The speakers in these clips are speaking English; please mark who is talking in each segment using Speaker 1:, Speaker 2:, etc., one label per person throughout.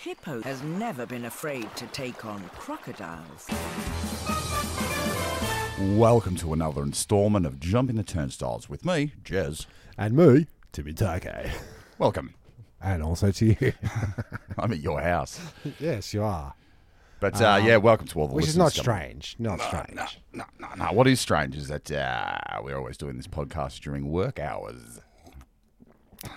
Speaker 1: hippo has never been afraid to take on crocodiles.
Speaker 2: Welcome to another installment of Jumping the Turnstiles with me, Jez.
Speaker 3: And me, Timmy Take.
Speaker 2: Welcome.
Speaker 3: And also to you.
Speaker 2: I'm at your house.
Speaker 3: yes, you are.
Speaker 2: But uh, yeah, welcome to all the
Speaker 3: Um, Which is not
Speaker 2: listeners coming-
Speaker 3: strange. Not strange.
Speaker 2: No, no, no. What is strange is that uh, we're always doing this podcast during work hours.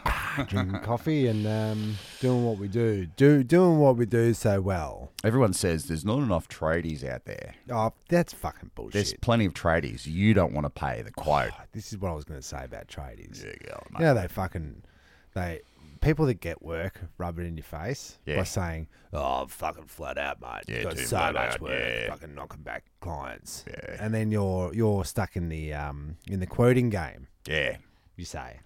Speaker 3: Drinking coffee and um, doing what we do. do. Doing what we do so well.
Speaker 2: Everyone says there's not enough tradies out there.
Speaker 3: Oh, that's fucking
Speaker 2: There's
Speaker 3: bullshit.
Speaker 2: plenty of tradies. You don't want to pay
Speaker 3: Oh,
Speaker 2: the quote.
Speaker 3: This is what I was going to say about tradies.
Speaker 2: There you go, mate.
Speaker 3: You know, they fucking, they, people that get work rub it in your face
Speaker 2: Yeah.
Speaker 3: by saying, oh, I'm fucking flat out, mate.
Speaker 2: Yeah,
Speaker 3: Got
Speaker 2: dude,
Speaker 3: so
Speaker 2: flat
Speaker 3: much
Speaker 2: out,
Speaker 3: work,
Speaker 2: yeah."
Speaker 3: fucking knocking back clients.
Speaker 2: Yeah.
Speaker 3: And then you're, you're stuck in the, um, in the quoting game,
Speaker 2: Yeah.
Speaker 3: you say.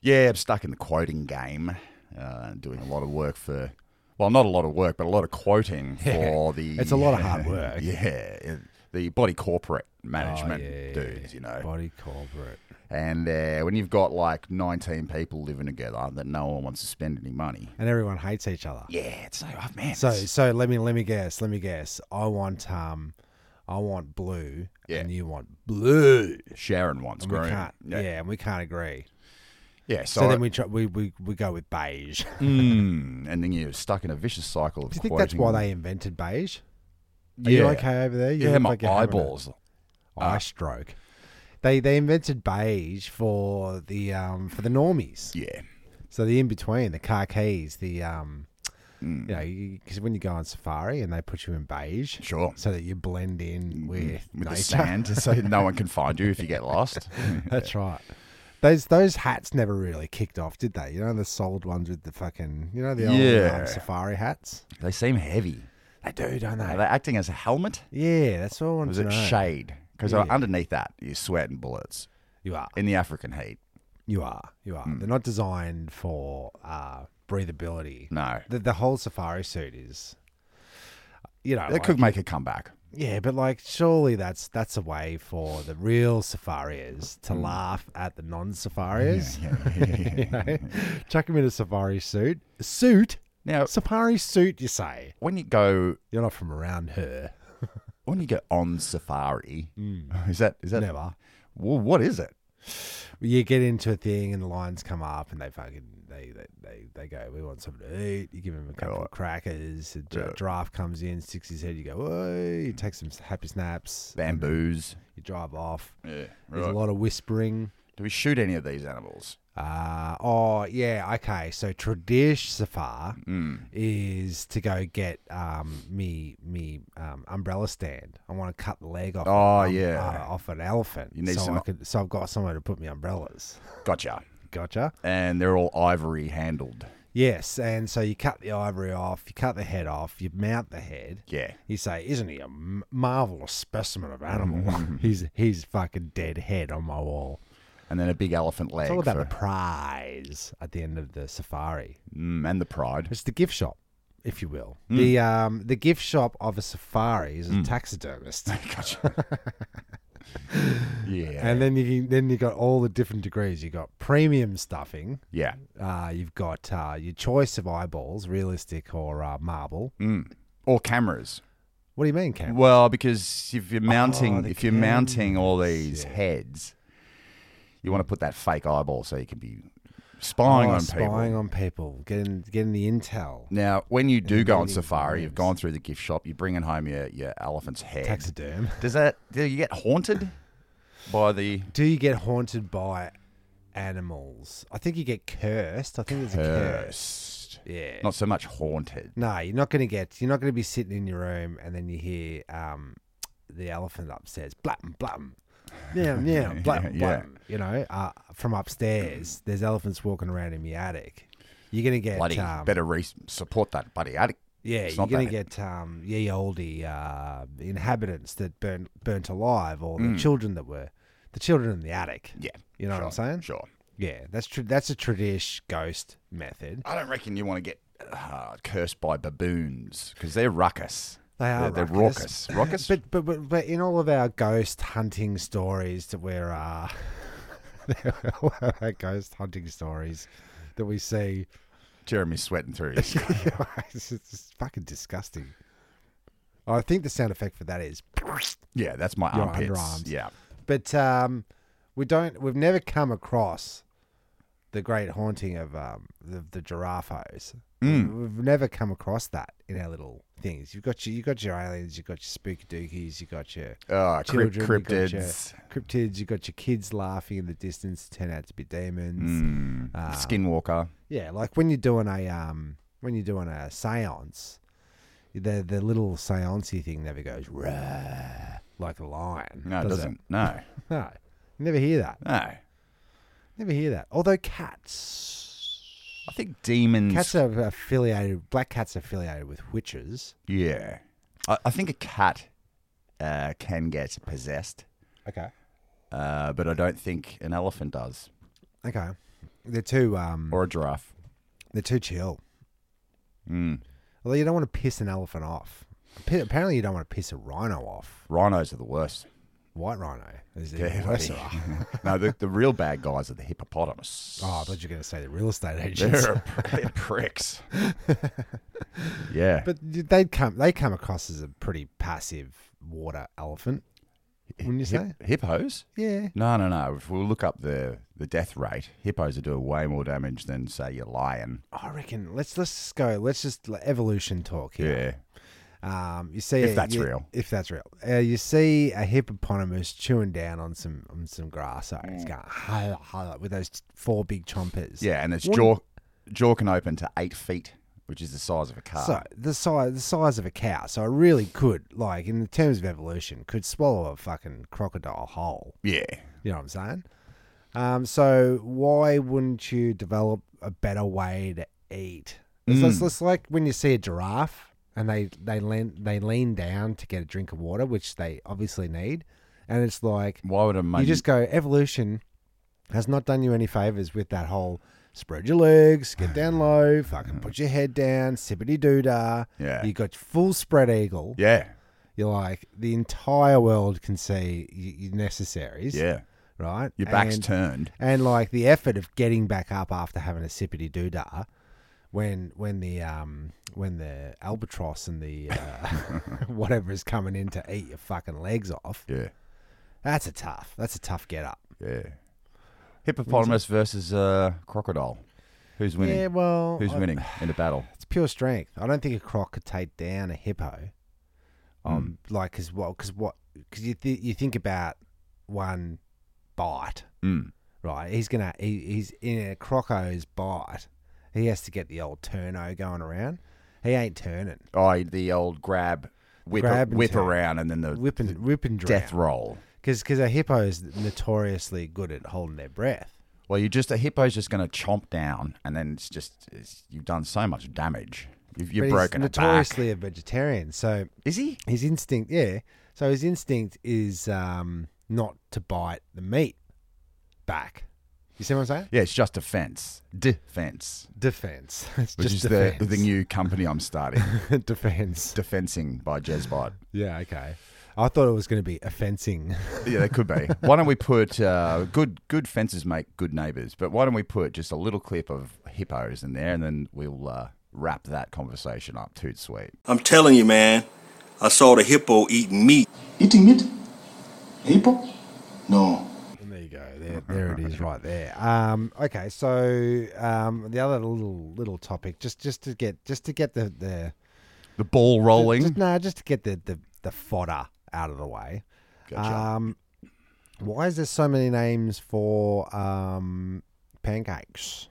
Speaker 2: Yeah, I'm stuck in the quoting game, uh, doing a lot of work for, well, not a lot of work, but a lot of quoting for the.
Speaker 3: It's a lot of hard work. Oh,
Speaker 2: yeah, it- the body corporate management
Speaker 3: yeah.
Speaker 2: dudes, you know.
Speaker 3: Body corporate.
Speaker 2: And uh, when you've got like 19 people living together that no one wants to spend any money.
Speaker 3: and everyone hates each other.
Speaker 2: Yeah, it's so, oh, man.
Speaker 3: So
Speaker 2: it's-
Speaker 3: so let me let me guess. Let me guess. I want um, I want blue,
Speaker 2: Yeah.
Speaker 3: and you want blue.
Speaker 2: Sharon wants
Speaker 3: And we
Speaker 2: green.
Speaker 3: can't.
Speaker 2: Yeah.
Speaker 3: Yeah. and we can't agree.
Speaker 2: Yeah,
Speaker 3: So
Speaker 2: so.
Speaker 3: then we, try, we we we go with beige. Do
Speaker 2: Mm, and then you're stuck in a vicious cycle of
Speaker 3: you think that's
Speaker 2: quoting.
Speaker 3: why they invented beige? Are
Speaker 2: yeah.
Speaker 3: you okay over there? You
Speaker 2: Yeah,
Speaker 3: look
Speaker 2: my Ah.
Speaker 3: like you're having a
Speaker 2: eyeballs.
Speaker 3: eye stroke. They they invented beige for the um for the normies.
Speaker 2: Yeah.
Speaker 3: So the in between, the car keys, the um,
Speaker 2: Mm.
Speaker 3: you know, because when you go on safari and they put you in beige,
Speaker 2: Sure.
Speaker 3: so that you blend in with,
Speaker 2: Mm, With the
Speaker 3: nature.
Speaker 2: sand, so no one can find you if you get lost.
Speaker 3: That's right. Those those hats never really kicked off, did they? You know the sold ones with the fucking, you know the old
Speaker 2: Yeah.
Speaker 3: um, safari hats.
Speaker 2: They seem heavy.
Speaker 3: They do, don't
Speaker 2: Are they acting as a helmet?
Speaker 3: Yeah, that's what I wanted
Speaker 2: Or is
Speaker 3: to
Speaker 2: it
Speaker 3: know.
Speaker 2: shade? Because
Speaker 3: Yeah.
Speaker 2: underneath that, you're sweating bullets
Speaker 3: you are,
Speaker 2: in the African heat.
Speaker 3: you are, you are.
Speaker 2: Mm.
Speaker 3: They're not designed for uh, breathability.
Speaker 2: No.
Speaker 3: The, the whole safari suit is, you know,
Speaker 2: That
Speaker 3: like-
Speaker 2: could make a comeback.
Speaker 3: Yeah, but like, surely that's that's a way for the real safariers
Speaker 2: Mm.
Speaker 3: to laugh at the non-safariers. You know? Chuck them in a safari suit, suit,
Speaker 2: Now,
Speaker 3: safari suit. You say
Speaker 2: when you go
Speaker 3: you're not from around her.
Speaker 2: when you go on safari, is that is that
Speaker 3: Mm. Never.
Speaker 2: Well, what is it?
Speaker 3: You get into a thing and the lions come up and they fucking they they, they, they go. We want something to eat. You give them a couple
Speaker 2: Right.
Speaker 3: of crackers. A gi-
Speaker 2: Yeah.
Speaker 3: giraffe comes in, sticks his head. You go, Oi, you take some happy snaps.
Speaker 2: Bamboos.
Speaker 3: You drive off.
Speaker 2: Yeah,
Speaker 3: There's a lot of whispering.
Speaker 2: Do we shoot any of these animals?
Speaker 3: Uh, oh yeah, okay. So tradish safar
Speaker 2: Mm.
Speaker 3: is to go get um me me um umbrella stand. I want to cut the leg off.
Speaker 2: Oh,
Speaker 3: um,
Speaker 2: yeah.
Speaker 3: uh, off an elephant.
Speaker 2: You need
Speaker 3: so
Speaker 2: some-
Speaker 3: I could, so I've got somewhere to put my umbrellas.
Speaker 2: Gotcha.
Speaker 3: Gotcha.
Speaker 2: And they're all ivory handled.
Speaker 3: Yes, and so you cut the ivory off, you cut the head off, you mount the head.
Speaker 2: Yeah.
Speaker 3: You say, isn't he a m- marvelous specimen of animal? he's he's fucking dead head on my wall.
Speaker 2: And then a big elephant leg.
Speaker 3: It's all about
Speaker 2: for-
Speaker 3: the prize at the end of the safari.
Speaker 2: mm, and the pride.
Speaker 3: It's the gift shop, if you will.
Speaker 2: Hmm.
Speaker 3: The um the gift shop of a safari is a taxidermist.
Speaker 2: Gotcha. yeah.
Speaker 3: And then you then you got all the different degrees. You got premium stuffing.
Speaker 2: yeah.
Speaker 3: Uh, you've got uh, your choice of eyeballs, realistic or uh, marble.
Speaker 2: Mm. Or cameras.
Speaker 3: What do you mean, Cam?
Speaker 2: Well, because if you're mounting,
Speaker 3: Oh, the
Speaker 2: if you're mounting all
Speaker 3: cameras,
Speaker 2: these
Speaker 3: yeah.
Speaker 2: heads, you want to put that fake eyeball so you can be spying
Speaker 3: Oh,
Speaker 2: on people.
Speaker 3: spying on people, getting getting the intel.
Speaker 2: Now, when you do go on
Speaker 3: meeting
Speaker 2: safari, you've
Speaker 3: rooms.
Speaker 2: gone through the gift shop, you're bringing home your, your elephant's head.
Speaker 3: Taxiderm.
Speaker 2: Does that do you get haunted by the?
Speaker 3: Do you get haunted by animals? I think you get cursed. I think it's a curse.
Speaker 2: Cursed.
Speaker 3: Yeah.
Speaker 2: Not so much haunted.
Speaker 3: No, you're not going to get. You're not going to be sitting in your room and then you hear um, the elephant upstairs, blum blum, yeah, yeah, blum
Speaker 2: Yeah, yeah.
Speaker 3: blum. You know, uh, from upstairs, there's elephants walking around in the attic. You're going to get,
Speaker 2: Bloody
Speaker 3: um,
Speaker 2: better re- support that bloody attic.
Speaker 3: yeah,
Speaker 2: it's
Speaker 3: you're
Speaker 2: not
Speaker 3: going
Speaker 2: that-
Speaker 3: to get um, ye olde uh, inhabitants that burnt burnt alive, or the children that were the children in the attic.
Speaker 2: Mm. Yeah,
Speaker 3: you know what I'm
Speaker 2: sure,
Speaker 3: saying.
Speaker 2: Sure.
Speaker 3: Yeah, that's true. That's a tradish ghost method.
Speaker 2: I don't reckon you want to get uh, cursed by baboons because they're ruckus.
Speaker 3: They are
Speaker 2: They're, they're
Speaker 3: Ah, ruckus.
Speaker 2: raucous. Ruckus.
Speaker 3: But, but but but in all of our ghost hunting stories that we're uh, all our ghost hunting stories that we see
Speaker 2: Jeremy's sweating through his.
Speaker 3: it's, it's fucking disgusting. I think the sound effect for that is.
Speaker 2: yeah, that's my
Speaker 3: Your
Speaker 2: armpits.
Speaker 3: underarms.
Speaker 2: Yeah.
Speaker 3: But um, we don't. We've never come across the great haunting of um, the, the giraffos. We've never come across that in our little things. You've got your you have got your aliens. You've got your spooky dookies. You've got your
Speaker 2: Uh, crypt,
Speaker 3: children, you've got your
Speaker 2: cryptids,
Speaker 3: cryptids. You've got your kids laughing in the distance. Turn out to be demons.
Speaker 2: mm,
Speaker 3: Ah.
Speaker 2: skinwalker.
Speaker 3: Yeah, like when you're doing a um when you're doing a séance, the the little séancey thing never goes "Rah," like a lion.
Speaker 2: No, it
Speaker 3: does
Speaker 2: doesn't. No,
Speaker 3: No, never hear that.
Speaker 2: no. I
Speaker 3: Never hear that. Although cats,
Speaker 2: think demons.
Speaker 3: cats are affiliated. Black cats are affiliated with witches.
Speaker 2: yeah, I, I think a cat uh, can get possessed,
Speaker 3: Okay.
Speaker 2: uh, but I don't think an elephant does
Speaker 3: Okay. They're too um
Speaker 2: or a giraffe.
Speaker 3: they're too chill.
Speaker 2: Mm.
Speaker 3: Although you don't want to piss an elephant off. Pi- Apparently, you don't want to piss a rhino off.
Speaker 2: Rhinos are the worst.
Speaker 3: White rhino is the worst.
Speaker 2: no, the, the real bad guys are the hippopotamus.
Speaker 3: Oh, I thought you were going to say the real estate agents.
Speaker 2: they're, they're pricks. yeah,
Speaker 3: But they come they come across as a pretty passive water elephant, wouldn't you say?
Speaker 2: Hip- hippos.
Speaker 3: Yeah.
Speaker 2: No, no, no. If we look up the, the death rate, hippos are doing way more damage than say your lion.
Speaker 3: I reckon let's let's just go. Let's just l- evolution talk here.
Speaker 2: Yeah,
Speaker 3: Um, you see,
Speaker 2: If
Speaker 3: a-
Speaker 2: that's
Speaker 3: you-
Speaker 2: real.
Speaker 3: If that's real, uh, you see a hippopotamus chewing down on some on some grass. So it's going "Hah, hah," with those four big chompers.
Speaker 2: Mm. yeah, and its
Speaker 3: What-
Speaker 2: jaw jaw can open to eight feet, which is the size of a car.
Speaker 3: So the size the size of a cow. So it really could, like in the terms of evolution, could swallow a fucking crocodile whole.
Speaker 2: yeah,
Speaker 3: You know what I'm saying? Um, so why wouldn't you develop a better way to eat? It's, it's, it's like when you see a giraffe and they they lean they lean down to get a drink of water, which they obviously need, and it's like
Speaker 2: why would a man?
Speaker 3: you just go evolution has not done you any favors with that whole spread your legs, get down low, fucking put your head down, sippity doo dah.
Speaker 2: Yeah.
Speaker 3: you got full spread eagle.
Speaker 2: yeah,
Speaker 3: You're like the entire world can see y- your necessaries
Speaker 2: yeah.
Speaker 3: right?
Speaker 2: Your back's
Speaker 3: and,
Speaker 2: turned.
Speaker 3: and like the effort of getting back up after having a sippity doo dah, when when the um when the albatross and the uh, whatever is coming in to eat your fucking legs off,
Speaker 2: Yeah,
Speaker 3: that's a tough. That's a tough get up.
Speaker 2: yeah. Hippopotamus versus uh, crocodile. Who's winning?
Speaker 3: Yeah, well,
Speaker 2: Who's
Speaker 3: I-
Speaker 2: winning in a battle?
Speaker 3: It's pure strength. I don't think a croc could take down a hippo.
Speaker 2: Hmm.
Speaker 3: Um, like as well, because what? Because you th- you think about one bite,
Speaker 2: Mm.
Speaker 3: right? He's gonna he, he's in a croco's bite. He has to get the old turno going around. He ain't turning.
Speaker 2: Oh, the old grab, whip,
Speaker 3: Grab and
Speaker 2: whip
Speaker 3: turn.
Speaker 2: around, and then the
Speaker 3: Whip and whip and
Speaker 2: Uh, death
Speaker 3: drown.
Speaker 2: roll.
Speaker 3: Because because a hippo is notoriously good at holding their breath.
Speaker 2: Well, you just a hippo's just going to chomp down, and then it's just it's, you've done so much damage. You've, you've
Speaker 3: But
Speaker 2: broken
Speaker 3: he's
Speaker 2: it back.
Speaker 3: notoriously a vegetarian, so
Speaker 2: Is he?
Speaker 3: his instinct, yeah. So his instinct is um, not to bite the meat back. You see what I'm saying?
Speaker 2: Yeah, it's just defense, defense,
Speaker 3: Defense. It's
Speaker 2: which
Speaker 3: just
Speaker 2: is the,
Speaker 3: defense.
Speaker 2: the new company I'm starting,
Speaker 3: defense.
Speaker 2: Defensing by Jezbot.
Speaker 3: Yeah. Okay. I thought it was going to be offensing.
Speaker 2: Yeah, that could be. Why don't we put uh, good good fences make good neighbors? But why don't we put just a little clip of hippos in there, and then we'll uh, wrap that conversation up. Too sweet.
Speaker 4: I'm telling you, man, I saw the hippo eating meat.
Speaker 5: Eating meat? Hippo? No.
Speaker 3: And there you go. There, there it is, right there. Um, okay, so um, the other little little topic, just just to get just to get the the
Speaker 2: The ball
Speaker 3: just,
Speaker 2: rolling.
Speaker 3: no, just to get the, the the fodder out of the way.
Speaker 2: Gotcha.
Speaker 3: Um, why is there so many names for um, pancakes?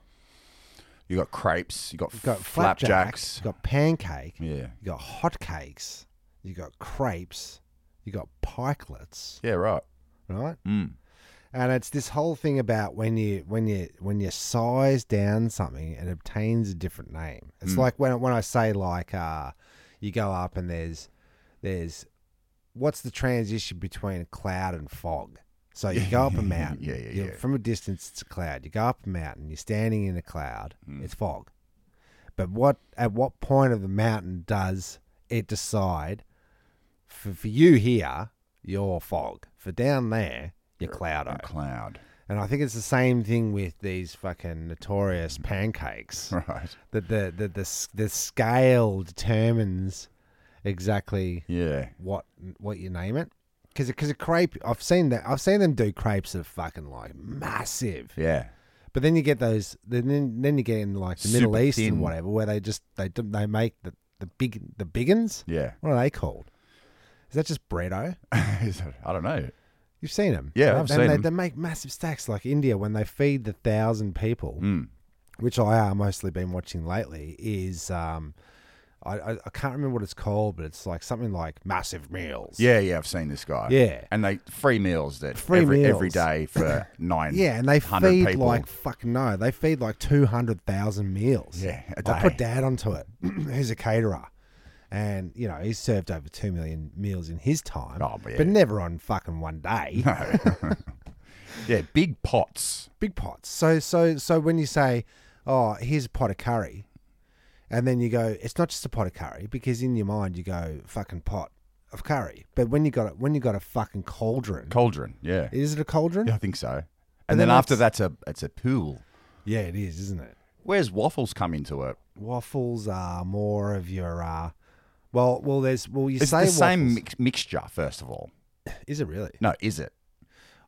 Speaker 2: You got crepes. You got,
Speaker 3: You've got flapjacks.
Speaker 2: flapjacks.
Speaker 3: You've got pancake.
Speaker 2: Yeah.
Speaker 3: You got hotcakes. You got crepes. You got pikelets.
Speaker 2: Yeah. Right.
Speaker 3: Right.
Speaker 2: Mm.
Speaker 3: and it's this whole thing about when you when you when you size down something it obtains a different name it's
Speaker 2: Hmm.
Speaker 3: like when when i say like uh you go up and there's there's what's the transition between cloud and fog so you go up a mountain
Speaker 2: Yeah, yeah,
Speaker 3: you-
Speaker 2: yeah.
Speaker 3: from a distance it's a cloud you go up a mountain you're standing in a cloud
Speaker 2: Hmm.
Speaker 3: it's fog but what at what point of the mountain does it decide for, for you here, you're fog. For down there, you're cloud.
Speaker 2: Cloud.
Speaker 3: And I think it's the same thing with these fucking notorious pancakes.
Speaker 2: Right.
Speaker 3: That the the the, s- the scale determines exactly
Speaker 2: Yeah.
Speaker 3: what what you name it. Because because a crepe, I've seen that I've seen them do crepes that are fucking like massive.
Speaker 2: Yeah.
Speaker 3: But then you get those. Then then you get in like the Middle
Speaker 2: Super
Speaker 3: East
Speaker 2: thin.
Speaker 3: and whatever, where they just they do- they make the the big the biggins.
Speaker 2: Yeah.
Speaker 3: What are they called? Is that just breado?
Speaker 2: I don't know.
Speaker 3: You've seen them.
Speaker 2: Yeah,
Speaker 3: they,
Speaker 2: I've
Speaker 3: they,
Speaker 2: seen
Speaker 3: they,
Speaker 2: 'em.
Speaker 3: They make massive stacks, like India when they feed the thousand people,
Speaker 2: Hmm.
Speaker 3: which I are mostly been watching lately. Is um, I, I I can't remember what it's called, but it's like something like massive meals.
Speaker 2: Yeah, yeah, I've seen this guy.
Speaker 3: Yeah.
Speaker 2: And they free meals that
Speaker 3: Free
Speaker 2: every, every
Speaker 3: meals.
Speaker 2: day for nine.
Speaker 3: Yeah, and they
Speaker 2: 100
Speaker 3: feed
Speaker 2: people.
Speaker 3: like fuck no, they feed like two hundred thousand meals.
Speaker 2: Yeah, a
Speaker 3: I put
Speaker 2: day.
Speaker 3: dad onto it. who's a caterer, and you know he's served over two million meals in his time,
Speaker 2: Oh, but yeah.
Speaker 3: but never on fucking one day.
Speaker 2: yeah, big pots.
Speaker 3: Big pots. So so so when you say, oh, here's a pot of curry, and then you go, it's not just a pot of curry because in your mind you go fucking pot of curry, but when you got it when you got a fucking cauldron,
Speaker 2: Cauldron. Yeah.
Speaker 3: is it a cauldron?
Speaker 2: Yeah, I think so. And, then,
Speaker 3: then
Speaker 2: after
Speaker 3: that's-
Speaker 2: that's a it's a pool.
Speaker 3: yeah, it is, isn't it?
Speaker 2: Where's waffles come into it?
Speaker 3: waffles are more of your uh well well there's well you
Speaker 2: It's
Speaker 3: say
Speaker 2: the same
Speaker 3: waffles-
Speaker 2: mix, mixture, first of all.
Speaker 3: is it really
Speaker 2: No, is it?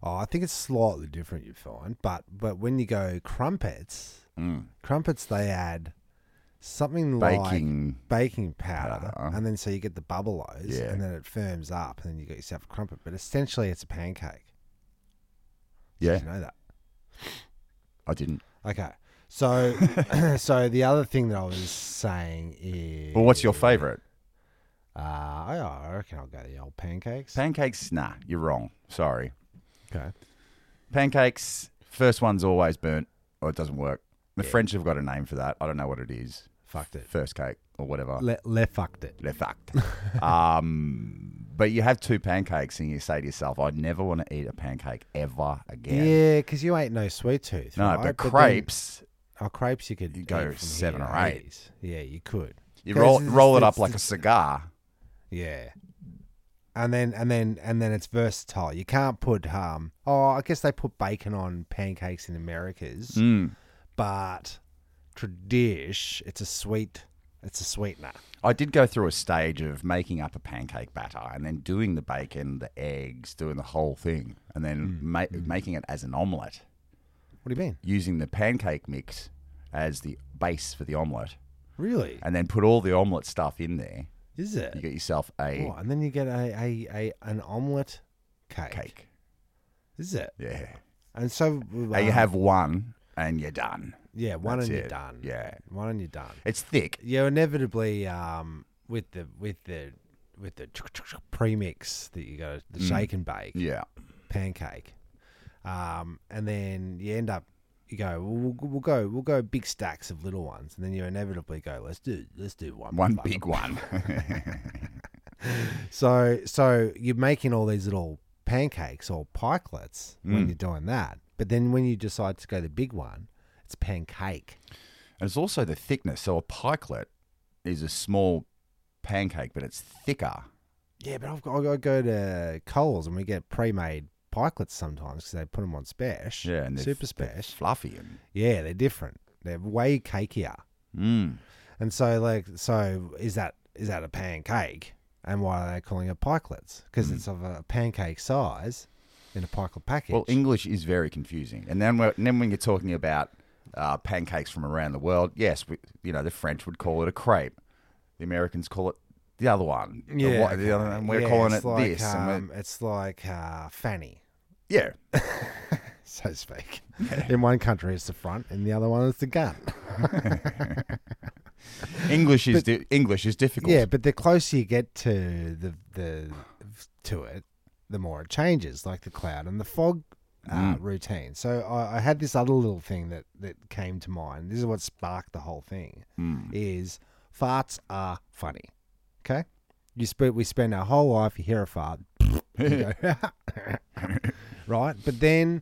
Speaker 3: oh i think it's slightly different you find but but when you go crumpets
Speaker 2: Mm.
Speaker 3: crumpets they add something
Speaker 2: Baking-
Speaker 3: like baking powder
Speaker 2: powder.
Speaker 3: and then so you get the bubbleos
Speaker 2: Yeah.
Speaker 3: and then it firms up and then you got yourself a crumpet but essentially it's a pancake
Speaker 2: Yeah,
Speaker 3: Did you know that
Speaker 2: I didn't.
Speaker 3: okay so so the other thing that i was saying is
Speaker 2: Well, what's your favourite?
Speaker 3: uh, I, I reckon i'll go the old pancakes
Speaker 2: Pancakes? Nah, you're wrong. Sorry.
Speaker 3: okay
Speaker 2: Pancakes, first one's always burnt or it doesn't work. The French have got a name for that. I don't know what it is.
Speaker 3: fucked it
Speaker 2: First cake or whatever.
Speaker 3: Le, le fucked it.
Speaker 2: They're fucked. um, but you have two pancakes and you say to yourself, I never want to eat a pancake ever
Speaker 3: Yeah,
Speaker 2: again.
Speaker 3: 'cause you ain't no sweet tooth.
Speaker 2: No,
Speaker 3: right?
Speaker 2: but
Speaker 3: then-
Speaker 2: crepes,
Speaker 3: oh, crepes you could
Speaker 2: you go
Speaker 3: eat from
Speaker 2: seven
Speaker 3: here,
Speaker 2: or eight.
Speaker 3: eighties. Yeah, you could.
Speaker 2: you
Speaker 3: 'Cause
Speaker 2: roll,
Speaker 3: it's-
Speaker 2: roll it
Speaker 3: it's-
Speaker 2: up like a
Speaker 3: it's-
Speaker 2: cigar.
Speaker 3: Yeah. And then and then and then it's versatile. You can't put um oh I guess they put bacon on pancakes in Americas,
Speaker 2: Mm.
Speaker 3: but tradish it's a sweet it's a sweetener.
Speaker 2: I did go through a stage of making up a pancake batter and then doing the bacon, the eggs, doing the whole thing, and
Speaker 3: Mm.
Speaker 2: then ma- making it as an omelette
Speaker 3: What do you mean?
Speaker 2: using the pancake mix as the base for the omelette,
Speaker 3: Really?
Speaker 2: and then put all the omelette stuff in there.
Speaker 3: Is it?
Speaker 2: You get yourself a
Speaker 3: Oh, and then you get a, a, a an omelette cake.
Speaker 2: cake.
Speaker 3: Is it?
Speaker 2: Yeah.
Speaker 3: And so
Speaker 2: And you
Speaker 3: um,
Speaker 2: have one and you're done.
Speaker 3: Yeah, one
Speaker 2: That's
Speaker 3: and you're
Speaker 2: it.
Speaker 3: done.
Speaker 2: Yeah.
Speaker 3: one and you're done.
Speaker 2: It's thick.
Speaker 3: You're inevitably um, with the with the with the premix that you got the shake and bake
Speaker 2: Mm. Yeah.
Speaker 3: pancake, um, and then you end up you go well, we'll, we'll go we'll go big stacks of little ones, and then you inevitably go let's do let's do one
Speaker 2: One
Speaker 3: fucking-"
Speaker 2: big one.
Speaker 3: So so you're making all these little pancakes or pikelets
Speaker 2: Mm.
Speaker 3: when you're doing that, but then when you decide to go the big one, it's pancake.
Speaker 2: And it's also the thickness. So a pikelet is a small pancake, but it's thicker.
Speaker 3: Yeah, but I've got, I go to Coles and we get pre-made pikelets sometimes because they put them on spesh.
Speaker 2: Yeah, and they're
Speaker 3: super
Speaker 2: f- they're
Speaker 3: spesh.
Speaker 2: fluffy and
Speaker 3: yeah, they're different. They're way cakier.
Speaker 2: mm.
Speaker 3: And so, like, so is that is that a pancake? And why are they calling it pikelets?
Speaker 2: Mm.
Speaker 3: Because it's of a pancake size in a pikelet package.
Speaker 2: Well, English is very confusing. And then, we're, and then when you're talking about uh, pancakes from around the world, yes, we, you know the French would call it a crepe. The Americans call it the other one. The
Speaker 3: yeah,
Speaker 2: wha- the other-
Speaker 3: okay.
Speaker 2: and we're
Speaker 3: Yeah,
Speaker 2: calling
Speaker 3: it's
Speaker 2: it
Speaker 3: like,
Speaker 2: this. and we're-
Speaker 3: Um, it's like uh, fanny,
Speaker 2: yeah,
Speaker 3: so to speak. In one country, it's the front, in the other one, it's the gun.
Speaker 2: English is di- English is difficult.
Speaker 3: Yeah, but the closer you get to the the to it, the more it changes, like the cloud and the fog uh, routine. So I, I had this other little thing that that came to mind. This is what sparked the whole thing. Is farts are funny? Okay, you sp- we spend our whole life you hear a fart, you go, right? But then